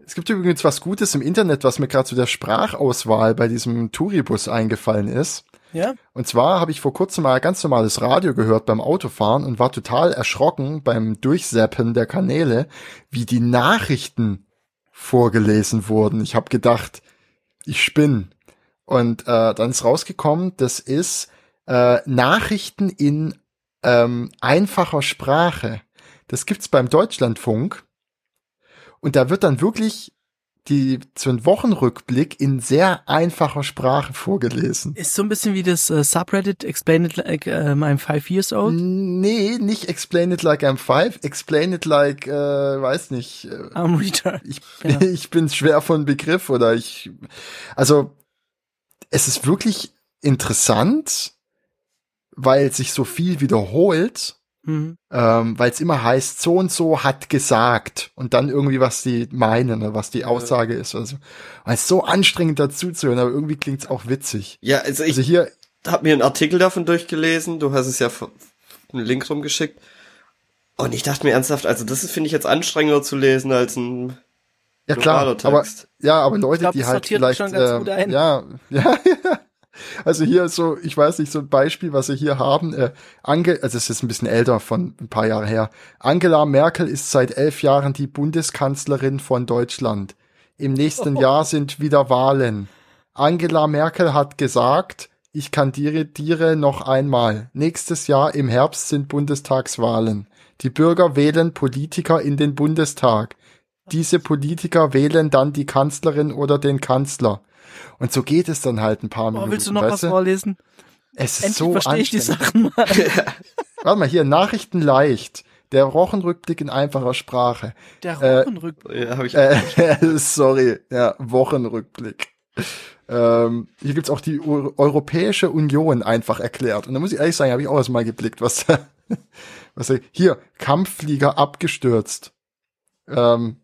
Speaker 3: Es gibt übrigens was Gutes im Internet, was mir gerade zu der Sprachauswahl bei diesem Touribus eingefallen ist.
Speaker 1: Ja?
Speaker 3: Und zwar habe ich vor kurzem mal ganz normales Radio gehört beim Autofahren und war total erschrocken beim Durchseppen der Kanäle, wie die Nachrichten vorgelesen wurden. Ich habe gedacht, ich spinne. Und äh, dann ist rausgekommen, das ist äh, Nachrichten in ähm, einfacher Sprache. Das gibt's beim Deutschlandfunk. Und da wird dann wirklich die, so ein Wochenrückblick in sehr einfacher Sprache vorgelesen.
Speaker 1: Ist so ein bisschen wie das äh, Subreddit Explain It Like ähm, I'm Five Years
Speaker 3: Mhm.
Speaker 1: Old.
Speaker 3: Nee, nicht explain it like I'm five, explain it like, äh, weiß nicht, äh,
Speaker 1: I'm retard.
Speaker 3: ich,
Speaker 1: Ja.
Speaker 3: ich bin schwer von Begriff oder ich, also, es ist wirklich interessant, weil sich so viel wiederholt,
Speaker 1: Mhm.
Speaker 3: ähm, weil es immer heißt, so und so hat gesagt und dann irgendwie, was die meinen oder was die Aussage ist oder so. Es ist so anstrengend dazu zu hören, aber irgendwie klingt's auch witzig.
Speaker 2: ja also ich,
Speaker 3: Also hier,
Speaker 2: hab mir einen Artikel davon durchgelesen, du hast es ja ver- einen Link rumgeschickt. Und ich dachte mir ernsthaft, also das ist, finde ich jetzt anstrengender zu lesen als ein
Speaker 3: ja klar,
Speaker 2: normaler
Speaker 3: aber
Speaker 2: Text.
Speaker 3: Ja, aber Leute,
Speaker 1: glaub,
Speaker 3: die
Speaker 1: das
Speaker 3: halt
Speaker 1: sortiert
Speaker 3: vielleicht,
Speaker 1: schon ganz
Speaker 3: ähm,
Speaker 1: gut ein.
Speaker 3: ja, ja, ja. Also hier ist so, ich weiß nicht, so ein Beispiel, was wir hier haben. Äh, Ange also es ist ein bisschen älter, von ein paar Jahre her. Angela Merkel ist seit elf Jahren die Bundeskanzlerin von Deutschland. Im nächsten Jahr sind wieder Wahlen. Angela Merkel hat gesagt, ich kandidiere noch einmal. Nächstes Jahr im Herbst sind Bundestagswahlen. Die Bürger wählen Politiker in den Bundestag. Diese Politiker wählen dann die Kanzlerin oder den Kanzler. Und so geht es dann halt ein paar
Speaker 1: Oh,
Speaker 3: Minuten.
Speaker 1: willst du noch
Speaker 3: weißt
Speaker 1: was
Speaker 3: du?
Speaker 1: vorlesen?
Speaker 3: Es ist
Speaker 1: Endlich
Speaker 3: so
Speaker 1: verstehe ich die
Speaker 3: anstrengend. Äh,
Speaker 1: Sachen mal.
Speaker 3: Warte mal, hier, Nachrichten leicht. Der Wochenrückblick in einfacher Sprache.
Speaker 1: Der
Speaker 3: Äh,
Speaker 1: Rochenrück.
Speaker 2: Ja, hab ich,
Speaker 3: Äh, sorry, ja, Wochenrückblick. Ähm, hier gibt's auch die Eu Europäische Union einfach erklärt. Und da muss ich ehrlich sagen, habe ich auch erstmal geblickt, was da, was da, hier, Kampfflieger abgestürzt. Ähm,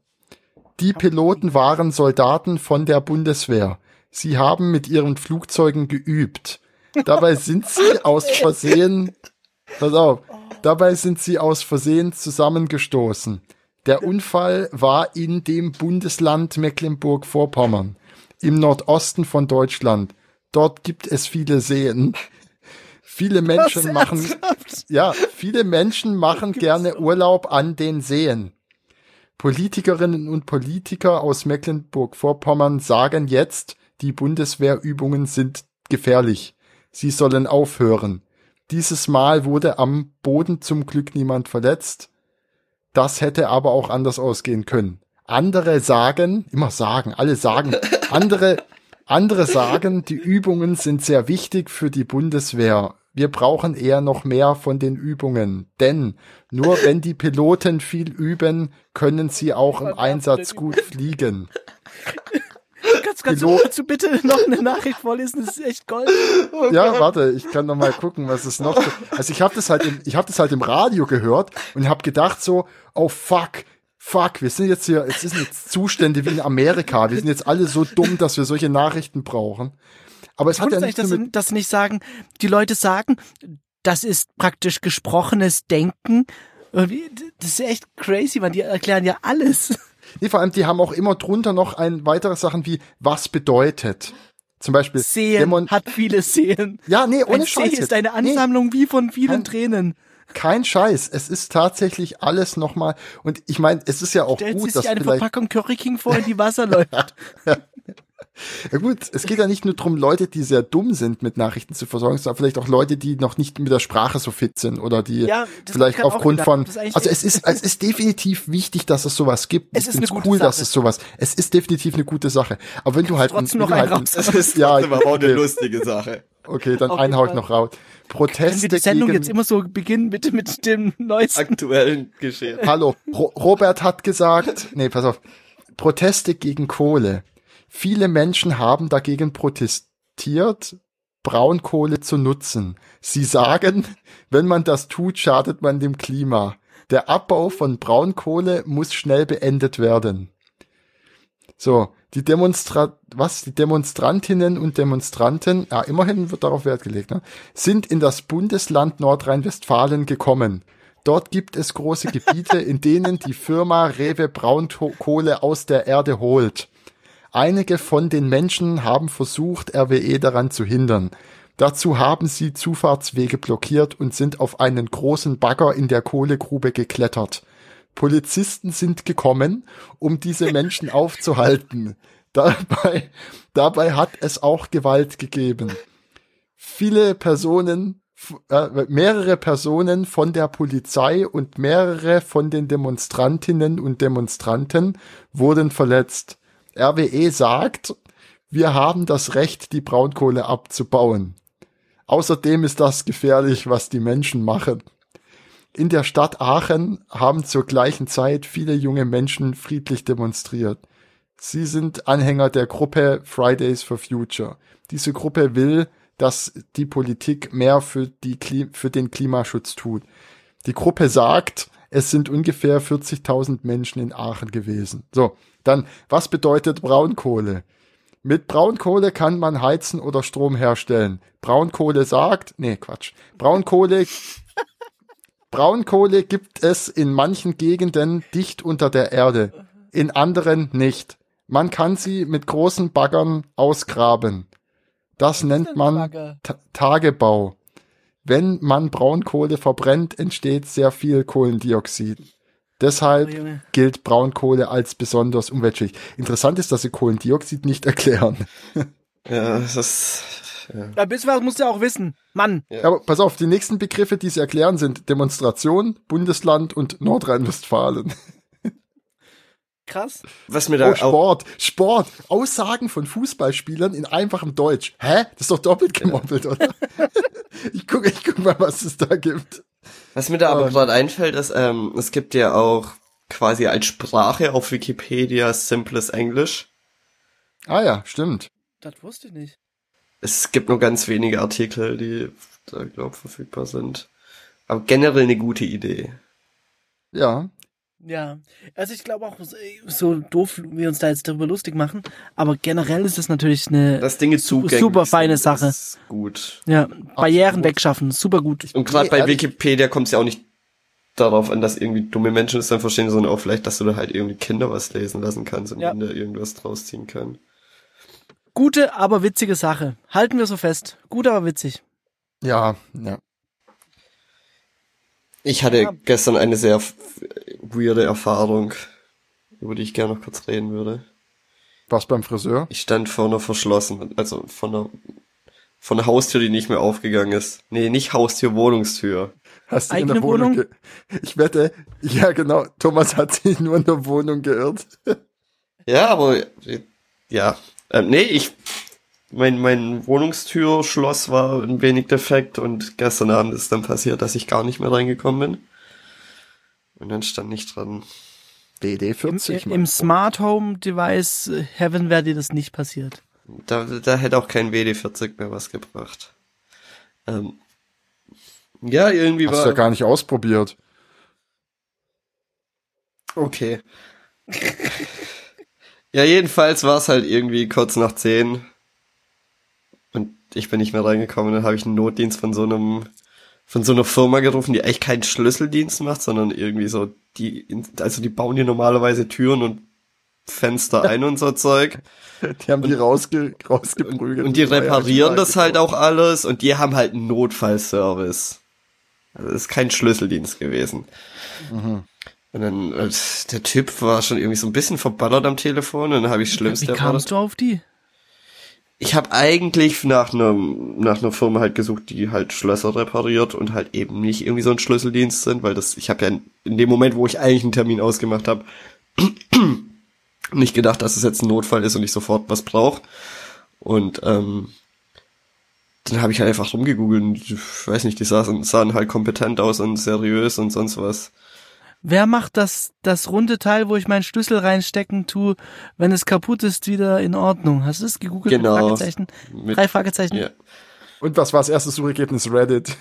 Speaker 3: die Piloten waren Soldaten von der Bundeswehr. Sie haben mit ihren Flugzeugen geübt. Dabei sind sie aus Versehen, pass auf, dabei sind sie aus Versehen zusammengestoßen. Der Unfall war in dem Bundesland Mecklenburg-Vorpommern im Nordosten von Deutschland. Dort gibt es viele Seen. Viele Menschen machen, ja, viele Menschen machen gerne Urlaub an den Seen. Politikerinnen und Politiker aus Mecklenburg-Vorpommern sagen jetzt, die Bundeswehrübungen sind gefährlich. Sie sollen aufhören. Dieses Mal wurde am Boden zum Glück niemand verletzt. Das hätte aber auch anders ausgehen können. Andere sagen, immer sagen, alle sagen, andere, andere sagen, die Übungen sind sehr wichtig für die Bundeswehr. Wir brauchen eher noch mehr von den Übungen, denn nur wenn die Piloten viel üben, können sie auch im Einsatz gut fliegen.
Speaker 1: Kannst, kannst, du,
Speaker 3: Pilot-
Speaker 1: kannst du bitte noch eine Nachricht vorlesen? Das ist echt Gold.
Speaker 3: Ja, warte, ich kann noch mal gucken, was es noch. so- Also ich habe das halt, im, ich habe das halt im Radio gehört und habe gedacht so, oh fuck, fuck, wir sind jetzt hier, es sind jetzt Zustände wie in Amerika, wir sind jetzt alle so dumm, dass wir solche Nachrichten brauchen. Aber es hat
Speaker 1: Wundert
Speaker 3: ja
Speaker 1: euch,
Speaker 3: nicht
Speaker 1: dass,
Speaker 3: nur mit,
Speaker 1: sie- dass sie nicht sagen, die Leute sagen, das ist praktisch gesprochenes Denken. Irgendwie, Das ist echt crazy, man. Die erklären ja alles.
Speaker 3: nee, vor allem die haben auch immer drunter noch ein weitere Sachen wie was bedeutet. Zum Beispiel
Speaker 1: Sehen
Speaker 3: Demon-
Speaker 1: hat viele Seelen.
Speaker 3: ja, nee, ohne
Speaker 1: Ein See
Speaker 3: Scheiß.
Speaker 1: ist
Speaker 3: jetzt.
Speaker 1: eine
Speaker 3: Nee,
Speaker 1: Ansammlung wie von vielen
Speaker 3: Kein-
Speaker 1: Tränen.
Speaker 3: kein Scheiß. Es ist tatsächlich alles nochmal. Und ich meine, es ist ja auch
Speaker 1: Stellt
Speaker 3: gut,
Speaker 1: sich
Speaker 3: dass
Speaker 1: eine
Speaker 3: vielleicht
Speaker 1: Verpackung Curry King vor, in die Wasser läuft.
Speaker 3: Ja gut, es geht ja nicht nur darum, Leute, die sehr dumm sind, mit Nachrichten zu versorgen, sondern vielleicht auch Leute, die noch nicht mit der Sprache so fit sind oder die
Speaker 1: Ja, das
Speaker 3: vielleicht
Speaker 1: kann auch
Speaker 3: aufgrund
Speaker 1: wieder-
Speaker 3: von.
Speaker 1: das ist eigentlich-
Speaker 3: Also es ist, es ist definitiv wichtig, dass es sowas gibt.
Speaker 1: Es
Speaker 3: ich
Speaker 1: ist
Speaker 3: finde
Speaker 1: eine
Speaker 3: es
Speaker 1: gute
Speaker 3: cool, dass
Speaker 1: Sache.
Speaker 3: es sowas. Es ist definitiv eine gute Sache. Aber wenn du halt
Speaker 1: trotzdem noch
Speaker 3: wenn du
Speaker 1: einen
Speaker 3: halt-
Speaker 1: raus.
Speaker 2: Das ist
Speaker 3: Ja,
Speaker 2: trotzdem aber auch eine
Speaker 3: okay.
Speaker 2: lustige Sache.
Speaker 3: Okay, dann
Speaker 1: Auf
Speaker 3: einen
Speaker 1: jeden
Speaker 3: haut
Speaker 1: Fall.
Speaker 3: noch raus.
Speaker 1: Wenn wir
Speaker 3: Proteste
Speaker 1: die Sendung
Speaker 3: gegen
Speaker 1: jetzt immer so beginnen mit, mit dem neuesten.
Speaker 2: Aktuellen Geschehen.
Speaker 3: Hallo, Ro Robert hat gesagt, nee, pass auf, Proteste gegen Kohle. Viele Menschen haben dagegen protestiert, Braunkohle zu nutzen. Sie sagen, wenn man das tut, schadet man dem Klima. Der Abbau von Braunkohle muss schnell beendet werden. So, die Demonstra was? Die Demonstrantinnen und Demonstranten, ja, immerhin wird darauf Wert gelegt, ne, sind in das Bundesland Nordrhein-Westfalen gekommen. Dort gibt es große Gebiete, in denen die Firma Rewe Braunkohle aus der Erde holt. Einige von den Menschen haben versucht, RWE daran zu hindern. Dazu haben sie Zufahrtswege blockiert und sind auf einen großen Bagger in der Kohlegrube geklettert. Polizisten sind gekommen, um diese Menschen aufzuhalten. Dabei, dabei hat es auch Gewalt gegeben. Viele Personen, f- äh, mehrere Personen von der Polizei und mehrere von den Demonstrantinnen und Demonstranten wurden verletzt. RWE sagt, wir haben das Recht, die Braunkohle abzubauen. Außerdem ist das gefährlich, was die Menschen machen. In der Stadt Aachen haben zur gleichen Zeit viele junge Menschen friedlich demonstriert. Sie sind Anhänger der Gruppe Fridays for Future. Diese Gruppe will, dass die Politik mehr für, die Kli für den Klimaschutz tut. Die Gruppe sagt, es sind ungefähr 40.000 Menschen in Aachen gewesen. So, dann, was bedeutet Braunkohle? Mit Braunkohle kann man Heizen oder Strom herstellen. Braunkohle sagt, nee, Quatsch. Braunkohle Braunkohle gibt es in manchen Gegenden dicht unter der Erde, in anderen nicht. Man kann sie mit großen Baggern ausgraben. Das nennt man Ta Tagebau. Wenn man Braunkohle verbrennt, entsteht sehr viel Kohlendioxid.
Speaker 1: Oh,
Speaker 3: Deshalb
Speaker 1: Junge.
Speaker 3: gilt Braunkohle als besonders umweltschädlich. Interessant ist, dass sie Kohlendioxid nicht erklären.
Speaker 2: Ja, das ist. Ja.
Speaker 1: Ja, bis was musst du ja auch wissen. Mann.
Speaker 3: Ja, aber pass auf, die nächsten Begriffe, die sie erklären, sind Demonstration, Bundesland und Nordrhein-Westfalen.
Speaker 1: Krass.
Speaker 2: Was mir da
Speaker 3: Oh,
Speaker 2: auch.
Speaker 3: Sport, Sport, Aussagen von Fußballspielern in einfachem Deutsch. Hä? Das ist doch doppelt gemoppelt, oder? ich guck, ich guck mal, was es da gibt.
Speaker 2: Was mir da aber
Speaker 3: Ähm.
Speaker 2: gerade einfällt, ist, ähm, es gibt ja auch quasi als Sprache auf Wikipedia simples Englisch.
Speaker 3: Ah ja, stimmt.
Speaker 1: Das wusste ich nicht.
Speaker 2: Es gibt nur ganz wenige Artikel, die da, glaub, verfügbar sind. Aber generell eine gute Idee.
Speaker 3: Ja.
Speaker 1: Ja, also ich glaube auch, so- so doof wir uns da jetzt darüber lustig machen, aber generell ist es natürlich eine,
Speaker 2: Dass Dinge
Speaker 1: Su-
Speaker 2: zugänglich
Speaker 1: super feine
Speaker 2: sind,
Speaker 1: Sache.
Speaker 2: Ist gut.
Speaker 1: ja, Barrieren
Speaker 3: Absolut.
Speaker 1: wegschaffen, super gut.
Speaker 2: Und gerade
Speaker 3: Nee,
Speaker 2: bei
Speaker 3: ehrlich.
Speaker 2: Wikipedia kommt es ja auch nicht darauf an, dass irgendwie dumme Menschen es dann verstehen, sondern auch vielleicht, dass du da halt irgendwie Kinder was lesen lassen kannst und
Speaker 1: Ja.
Speaker 2: Kinder irgendwas draus ziehen können.
Speaker 1: Gute, aber witzige Sache. Halten wir so fest. Gut, aber witzig.
Speaker 3: Ja, ja.
Speaker 2: Ich hatte
Speaker 1: Ja.
Speaker 2: gestern eine sehr f- weirde Erfahrung, über die ich gerne noch kurz reden würde.
Speaker 3: Warst beim Friseur?
Speaker 2: Ich stand vor einer verschlossenen, also von einer, von einer Haustür, die nicht mehr aufgegangen ist. Nee, nicht Haustür, Wohnungstür.
Speaker 3: Hast du in
Speaker 1: Eigene
Speaker 3: der Wohnung?
Speaker 1: Wohnung?
Speaker 3: Ge ich wette, ja genau, Thomas hat sich nur in der Wohnung geirrt.
Speaker 2: Ja, aber, ja. Ähm, nee, ich, mein, mein Wohnungstürschloss war ein wenig defekt und gestern Abend ist dann passiert, dass ich gar nicht mehr reingekommen bin. Und dann stand nicht dran.
Speaker 3: BD40.
Speaker 1: Im,
Speaker 3: Mann.
Speaker 1: im Smart Home Device äh, Heaven wäre dir das nicht passiert.
Speaker 2: Da, da hätte auch kein WD-40 mehr was gebracht. Ähm, ja, irgendwie
Speaker 3: Hast
Speaker 2: war.
Speaker 3: du ja gar nicht ausprobiert.
Speaker 2: Okay. ja, jedenfalls war es halt irgendwie kurz nach 10. Und ich bin nicht mehr reingekommen. Dann habe ich einen Notdienst von so einem von so einer Firma gerufen, die eigentlich keinen Schlüsseldienst macht, sondern irgendwie so die also die bauen hier normalerweise Türen und Fenster ein und so Zeug.
Speaker 3: Die haben die rausge rausgeprügelt.
Speaker 2: Und die
Speaker 3: Das war ja
Speaker 2: reparieren das
Speaker 3: schon
Speaker 2: halt auch alles und die haben halt einen Notfallservice. Also das ist kein Schlüsseldienst gewesen. Und dann, äh, der Typ war schon irgendwie so ein bisschen verballert am Telefon und dann habe ich
Speaker 1: Wie
Speaker 2: Schlimmste
Speaker 1: kamst
Speaker 2: erwartet.
Speaker 1: du auf die?
Speaker 2: Ich habe eigentlich nach einer nach einer Firma halt gesucht, die halt Schlösser repariert und halt eben nicht irgendwie so ein Schlüsseldienst sind, weil das ich habe ja in, in dem Moment, wo ich eigentlich einen Termin ausgemacht habe, nicht gedacht, dass es jetzt ein Notfall ist und ich sofort was brauche. Und ähm, dann habe ich halt einfach rumgegoogelt und ich weiß nicht, die sahen, sahen halt kompetent aus und seriös und sonst was.
Speaker 1: Wer macht das, das runde Teil, wo ich meinen Schlüssel reinstecken tue, wenn es kaputt ist, wieder in Ordnung? Hast du das gegoogelt?
Speaker 2: Genau.
Speaker 1: Mit Fragezeichen?
Speaker 2: Mit-
Speaker 1: Drei Fragezeichen?
Speaker 2: Ja.
Speaker 3: Und was war das erste Suchergebnis? Reddit.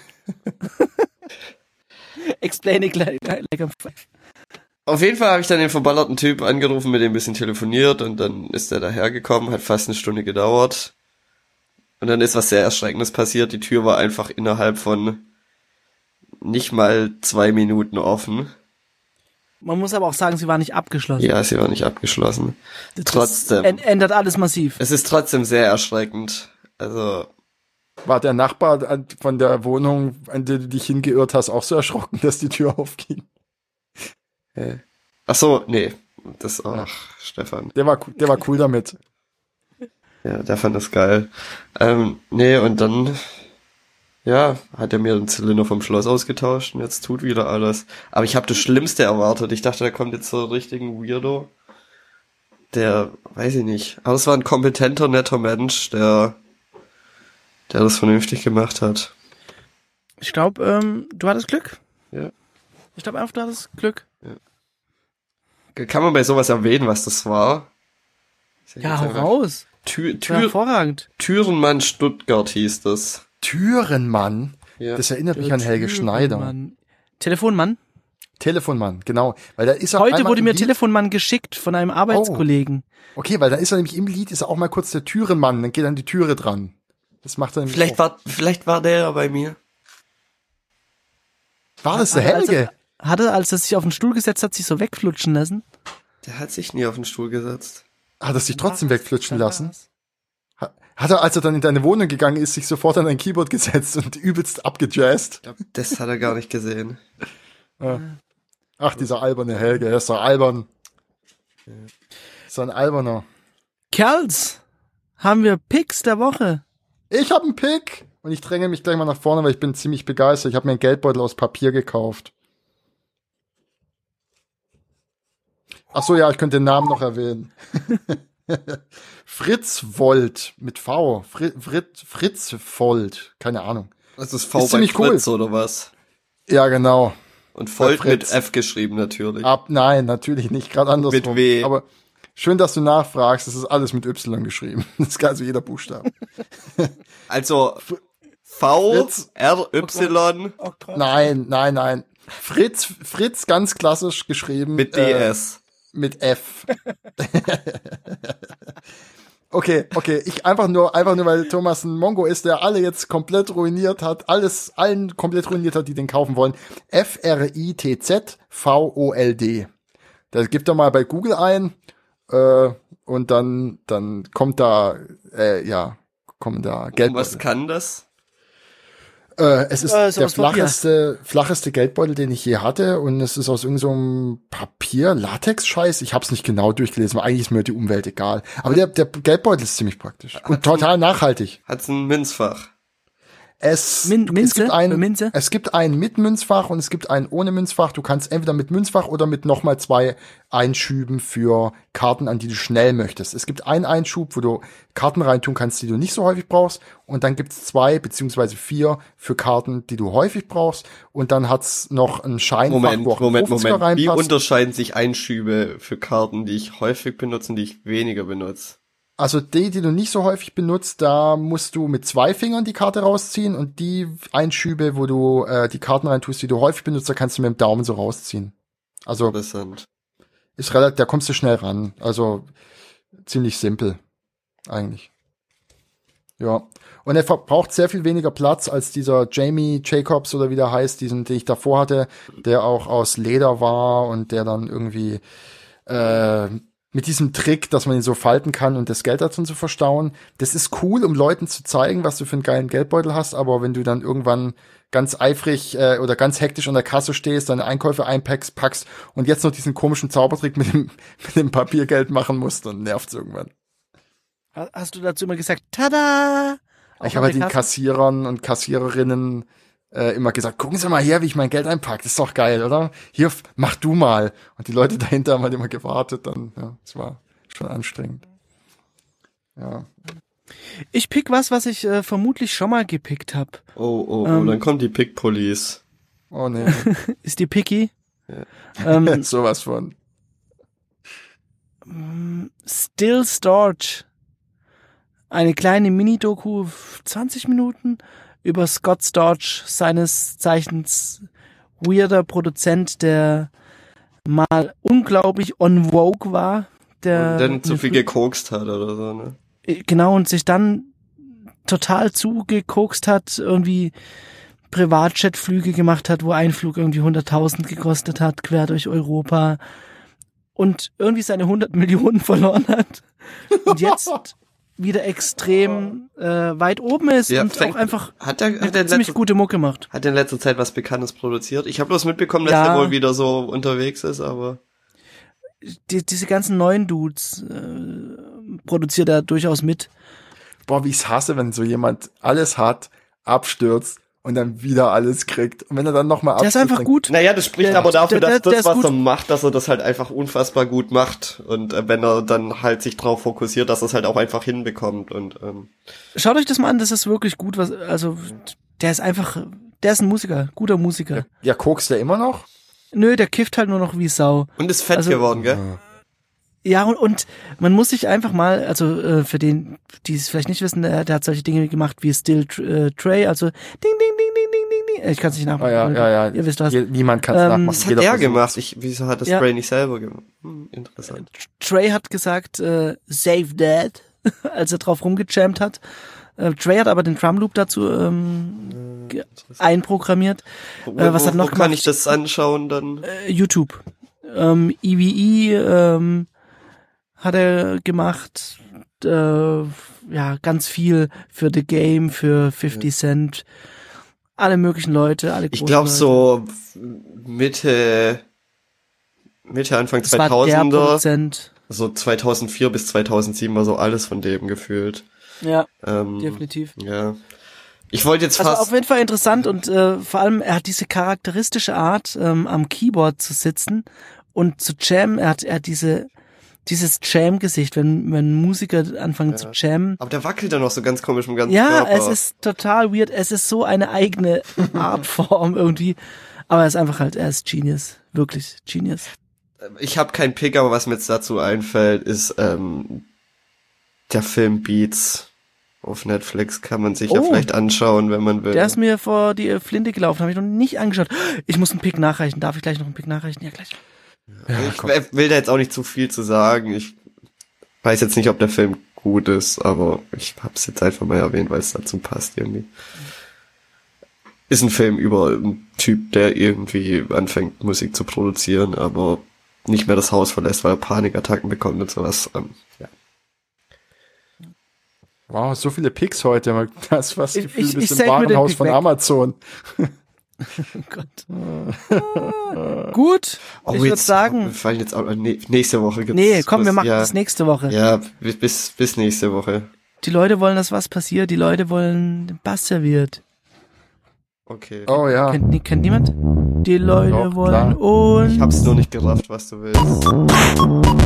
Speaker 1: Explain it like, like I'm five.
Speaker 2: Auf jeden Fall habe ich dann den verballerten Typ angerufen, mit dem ein bisschen telefoniert und dann ist er dahergekommen, hat fast eine Stunde gedauert. Und dann ist was sehr Erschreckendes passiert. Die Tür war einfach innerhalb von nicht mal zwei Minuten offen.
Speaker 1: Man muss aber auch sagen, sie war nicht abgeschlossen.
Speaker 2: Ja, sie war nicht abgeschlossen.
Speaker 1: Das
Speaker 2: trotzdem.
Speaker 1: ä- ändert alles massiv.
Speaker 2: Es ist trotzdem sehr erschreckend. Also,
Speaker 3: War der Nachbar an- von der Wohnung, an der du dich hingeirrt hast, auch so erschrocken, dass die Tür aufging?
Speaker 2: ach so, nee, das ach, Stefan.
Speaker 3: Der war, coo- der war cool damit.
Speaker 2: Ja, der fand das geil. Ähm, nee, und dann, ja, hat er mir den Zylinder vom Schloss ausgetauscht und jetzt tut wieder alles. Aber ich habe das Schlimmste erwartet. Ich dachte, da kommt jetzt so ein richtigen Weirdo. Der, weiß ich nicht. Aber es war ein kompetenter, netter Mensch, der, der das vernünftig gemacht hat.
Speaker 1: Ich glaube, ähm, du hattest Glück.
Speaker 2: Ja.
Speaker 1: Ich glaube einfach, du hattest Glück.
Speaker 2: Kann man bei sowas erwähnen, was das war?
Speaker 1: Ja, hau raus.
Speaker 2: Tür,
Speaker 1: War
Speaker 2: Tür,
Speaker 1: hervorragend.
Speaker 2: Türenmann Stuttgart hieß das.
Speaker 3: Türenmann.
Speaker 2: Ja.
Speaker 3: Das erinnert mich an Helge Schneider.
Speaker 1: Mann. Telefonmann.
Speaker 3: Telefonmann, genau. Weil da ist er
Speaker 1: Heute
Speaker 3: einmal
Speaker 1: wurde
Speaker 3: im
Speaker 1: mir
Speaker 3: Lied-
Speaker 1: Telefonmann geschickt von einem Arbeitskollegen.
Speaker 3: Okay, weil da ist er nämlich im Lied, ist er auch mal kurz der Türenmann, dann geht er an die Türe dran. Das macht er nämlich
Speaker 2: Vielleicht
Speaker 3: auch.
Speaker 2: war, vielleicht war der ja bei mir.
Speaker 3: war das der
Speaker 2: Also-
Speaker 1: Als
Speaker 3: Helge?
Speaker 1: er, hatte, als er sich auf den Stuhl gesetzt hat, sich so wegflutschen lassen.
Speaker 2: Der hat sich nie auf den Stuhl gesetzt.
Speaker 3: Hat er sich trotzdem wegflutschen
Speaker 1: Dann
Speaker 3: lassen?
Speaker 1: war's.
Speaker 3: Ha- Hat er, als er dann in deine Wohnung gegangen ist, sich sofort an dein Keyboard gesetzt und übelst abgejazzt?
Speaker 2: Das hat er gar nicht gesehen.
Speaker 3: Ach, dieser alberne Helge, er ist doch albern. So ein alberner.
Speaker 1: Kerls, haben wir Picks der Woche.
Speaker 3: Ich habe einen Pick und ich dränge mich gleich mal nach vorne, weil ich bin ziemlich begeistert. Ich habe mir einen Geldbeutel aus Papier gekauft. Ach so, ja, ich könnte den Namen noch erwähnen. Fritz Volt mit V. Fri Fritz, Fritz Volt. Keine Ahnung.
Speaker 2: Das Also ist V
Speaker 3: Ist
Speaker 2: bei
Speaker 3: ziemlich cool.
Speaker 2: Fritz oder was?
Speaker 3: Ja, genau.
Speaker 2: Und Volt
Speaker 3: Bei
Speaker 2: mit
Speaker 3: Fritz. Ah.
Speaker 2: F geschrieben natürlich.
Speaker 3: Ab, nein, natürlich nicht. Gerade andersrum.
Speaker 2: Mit W.
Speaker 3: Aber schön, dass du nachfragst. Es ist alles mit Y geschrieben. Das ist also jeder Buchstabe.
Speaker 2: Also V,
Speaker 3: Fritz.
Speaker 2: R, Y
Speaker 3: nein, nein, nein. Fritz, Fritz ganz klassisch geschrieben.
Speaker 2: mit
Speaker 3: äh,
Speaker 2: DS.
Speaker 3: mit F. okay, okay, ich einfach nur, einfach nur, weil Thomas ein Mongo ist, der alle jetzt komplett ruiniert hat, alles, allen komplett ruiniert hat, die den kaufen wollen. F-R-I-T-Z-V-O-L-D. Das gibt er mal bei Google ein, äh, und dann, dann kommt da, äh, ja, kommen da
Speaker 2: Und Um was
Speaker 3: Geldbeutel.
Speaker 2: kann das?
Speaker 3: Äh, es ist
Speaker 1: Äh, sowas
Speaker 3: der
Speaker 1: von mir.
Speaker 3: flacheste, flacheste Geldbeutel, den ich je hatte, und es ist aus irgendeinem Papier, Latex-Scheiß. Ich habe es nicht genau durchgelesen, weil eigentlich ist mir die Umwelt egal. Aber der, der Geldbeutel ist ziemlich praktisch und total nachhaltig.
Speaker 2: Hat's ein Münzfach.
Speaker 3: Es,
Speaker 1: Min-
Speaker 3: du-
Speaker 1: Minze?
Speaker 3: es gibt einen,
Speaker 1: Eine Minze?
Speaker 3: es gibt einen mit Münzfach und es gibt einen ohne Münzfach. Du kannst entweder mit Münzfach oder mit nochmal zwei Einschüben für Karten, an die du schnell möchtest. Es gibt einen Einschub, wo du Karten reintun kannst, die du nicht so häufig brauchst. Und dann gibt's zwei beziehungsweise vier für Karten, die du häufig brauchst. Und dann hat's noch einen Schein,
Speaker 2: Moment,
Speaker 3: wo auch ein
Speaker 2: Moment,
Speaker 3: Profizker
Speaker 2: Moment. Wie
Speaker 3: reinpasst.
Speaker 2: unterscheiden sich Einschübe für Karten, die ich häufig benutze und die ich weniger benutze?
Speaker 3: Also die, die du nicht so häufig benutzt, da musst du mit zwei Fingern die Karte rausziehen und die Einschübe, wo du äh, die Karten reintust, die du häufig benutzt, da kannst du mit dem Daumen so rausziehen. Also
Speaker 2: Interessant.
Speaker 3: ist relativ, da kommst du schnell ran. Also ziemlich simpel eigentlich. Ja. Und er verbraucht sehr viel weniger Platz als dieser Jamie Jacobs oder wie der heißt, diesen, den ich davor hatte, der auch aus Leder war und der dann irgendwie äh, mit diesem Trick, dass man ihn so falten kann und das Geld dazu zu verstauen. Das ist cool, um Leuten zu zeigen, was du für einen geilen Geldbeutel hast, aber wenn du dann irgendwann ganz eifrig äh, oder ganz hektisch an der Kasse stehst, deine Einkäufe einpackst, packst und jetzt noch diesen komischen Zaubertrick mit dem, mit dem Papiergeld machen musst, dann nervt's irgendwann.
Speaker 1: Ha- Hast du dazu immer gesagt, tada?
Speaker 3: Ich
Speaker 1: Auch
Speaker 3: habe
Speaker 1: an
Speaker 3: halt den
Speaker 1: der Kasse?
Speaker 3: Kassierern und Kassiererinnen äh, immer gesagt, gucken Sie mal her, wie ich mein Geld einpacke. Ist doch geil, oder? Hier, f- mach du mal. Und die Leute dahinter haben halt immer gewartet. Dann, ja, es war schon anstrengend. Ja.
Speaker 1: Ich pick was, was ich äh, vermutlich schon mal gepickt habe.
Speaker 2: Oh, oh, oh,
Speaker 1: Ähm.
Speaker 2: dann kommt die Pick Police.
Speaker 3: Oh nee,
Speaker 1: Ist die Picky? Ähm,
Speaker 3: sowas von.
Speaker 1: Mm, Still Storage. Eine kleine Mini-Doku, 20 Minuten, über Scott Storch, seines Zeichens weirder Produzent, der mal unglaublich on vogue war. Der
Speaker 2: und dann zu
Speaker 1: eine
Speaker 2: viel gekokst hat oder so, ne?
Speaker 1: genau, und sich dann total zugekokst hat, irgendwie Privatjetflüge gemacht hat, wo ein Flug irgendwie 100.000 gekostet hat, quer durch Europa und irgendwie seine 100 Millionen verloren hat und jetzt wieder extrem äh, weit oben ist
Speaker 2: Ja,
Speaker 1: und
Speaker 2: fängt-
Speaker 1: auch einfach
Speaker 2: Hat der, hat der
Speaker 1: ziemlich
Speaker 2: letzte,
Speaker 1: gute Mucke macht.
Speaker 2: hat der in letzter Zeit was Bekanntes produziert? Ich habe bloß mitbekommen, dass
Speaker 1: Ja.
Speaker 2: er wohl wieder so unterwegs ist, aber.
Speaker 1: Die, diese ganzen neuen Dudes äh, produziert er durchaus mit.
Speaker 3: Boah, wie ich's hasse, wenn so jemand alles hat, abstürzt und dann wieder alles kriegt. Und wenn er dann nochmal
Speaker 1: Der ist einfach gut.
Speaker 2: Naja, das spricht
Speaker 1: Der-
Speaker 2: aber dafür,
Speaker 1: der-
Speaker 2: dass
Speaker 1: der- der
Speaker 2: das,
Speaker 1: ist
Speaker 2: was
Speaker 1: gut.
Speaker 2: er macht, dass er das halt einfach unfassbar gut macht. Und äh, wenn er dann halt sich drauf fokussiert, dass er es halt auch einfach hinbekommt. Und ähm,
Speaker 1: Schaut euch das mal an, das ist wirklich gut, was, also, der ist einfach, der ist ein Musiker, guter Musiker.
Speaker 3: Ja, kokst der immer noch?
Speaker 1: Nö, der kifft halt nur noch wie Sau.
Speaker 2: und ist fett
Speaker 1: Also-
Speaker 2: geworden, gell?
Speaker 1: Ja, und, und man muss sich einfach mal, also äh, für den, die es vielleicht nicht wissen, der, der hat solche Dinge gemacht wie Still äh, Trey, also ding, ding, ding, ding, ding, ding, ding. Äh, Ich kann es nicht
Speaker 3: Ah,
Speaker 1: nachmachen.
Speaker 3: ja, ja, ja.
Speaker 1: Ihr wisst was.
Speaker 3: Je- Niemand kann es
Speaker 1: Ähm,
Speaker 3: nachmachen.
Speaker 2: Was hat
Speaker 3: Jeder
Speaker 2: er
Speaker 3: versucht.
Speaker 2: gemacht? Ich, wieso hat das
Speaker 1: Ja.
Speaker 2: Brain nicht selber gemacht? Hm, interessant.
Speaker 1: Trey hat gesagt, äh, save that, als er drauf rumgejammt hat. Äh, Trey hat aber den Drumloop dazu ähm, ge- einprogrammiert.
Speaker 2: Wo,
Speaker 1: Äh, was
Speaker 2: wo,
Speaker 1: hat noch
Speaker 2: wo kann ich
Speaker 1: gemacht?
Speaker 2: das anschauen dann?
Speaker 1: Äh, YouTube. Ähm, EVE ähm, hat er gemacht. Äh, ja, ganz viel für The Game, für 50 Cent. Alle möglichen Leute, alle
Speaker 2: Ich
Speaker 1: großen
Speaker 2: glaube
Speaker 1: Leute.
Speaker 2: so Mitte, Mitte, Anfang
Speaker 1: Das war der
Speaker 2: 2000er,
Speaker 1: Produzent.
Speaker 2: so 2004 bis 2007 war so alles von dem gefühlt.
Speaker 1: Ja,
Speaker 2: Ähm,
Speaker 1: definitiv.
Speaker 2: Ja. Ich wollte jetzt
Speaker 1: Also
Speaker 2: fast...
Speaker 1: auf jeden Fall interessant und äh, vor allem er hat diese charakteristische Art ähm, am Keyboard zu sitzen und zu jammen. Er hat er hat diese dieses Jam-Gesicht, wenn wenn Musiker anfangen zu jammen.
Speaker 2: Aber der wackelt dann noch so ganz komisch im ganzen
Speaker 1: Ja,
Speaker 2: Körper.
Speaker 1: es ist total weird. Es ist so eine eigene Artform irgendwie. Aber er ist einfach halt, er ist Genius. Wirklich Genius.
Speaker 2: Ich habe keinen Pick, aber was mir jetzt dazu einfällt, ist ähm, der Film Beats auf Netflix. Kann man sich ja
Speaker 1: Oh.
Speaker 2: vielleicht anschauen, wenn man will.
Speaker 1: Der ist mir vor die äh, Flinte gelaufen, habe ich noch nicht angeschaut. Ich muss einen Pick nachreichen. Darf ich gleich noch einen Pick nachreichen? Ja, gleich.
Speaker 3: Ja,
Speaker 2: ich
Speaker 3: komm.
Speaker 2: w- will da jetzt auch nicht zu viel zu sagen. Ich weiß jetzt nicht, ob der Film gut ist, aber ich hab's jetzt einfach mal erwähnt, weil es dazu passt irgendwie. Ist ein Film über einen Typ, der irgendwie anfängt, Musik zu produzieren, aber nicht mehr das Haus verlässt, weil er Panikattacken bekommt und sowas. Ähm, ja.
Speaker 3: Wow, so viele Picks heute. Man- Das war das
Speaker 1: Ich-
Speaker 3: Gefühl,
Speaker 1: ich-
Speaker 3: ich,
Speaker 1: ich
Speaker 3: bist im
Speaker 1: save mir den
Speaker 3: Warenhaus
Speaker 1: Pick
Speaker 3: von
Speaker 1: weg.
Speaker 3: Amazon.
Speaker 1: Oh Gott. Ah, Gut. ich würde
Speaker 2: Oh, jetzt- Wir
Speaker 1: sagen,
Speaker 2: fallen jetzt auch, nee, nächste Woche gibt's.
Speaker 1: nee, komm, wir machen
Speaker 2: ja,
Speaker 1: das nächste Woche.
Speaker 2: Ja, bis- bis, bis nächste Woche.
Speaker 1: Die Leute wollen, dass was passiert. Die Leute wollen den Bass serviert.
Speaker 2: Okay.
Speaker 3: Oh ja.
Speaker 1: Kennt, nie- kennt niemand? Die Leute
Speaker 3: Doch,
Speaker 1: wollen
Speaker 3: klar.
Speaker 1: und
Speaker 2: Ich hab's nur nicht gerafft, was du willst.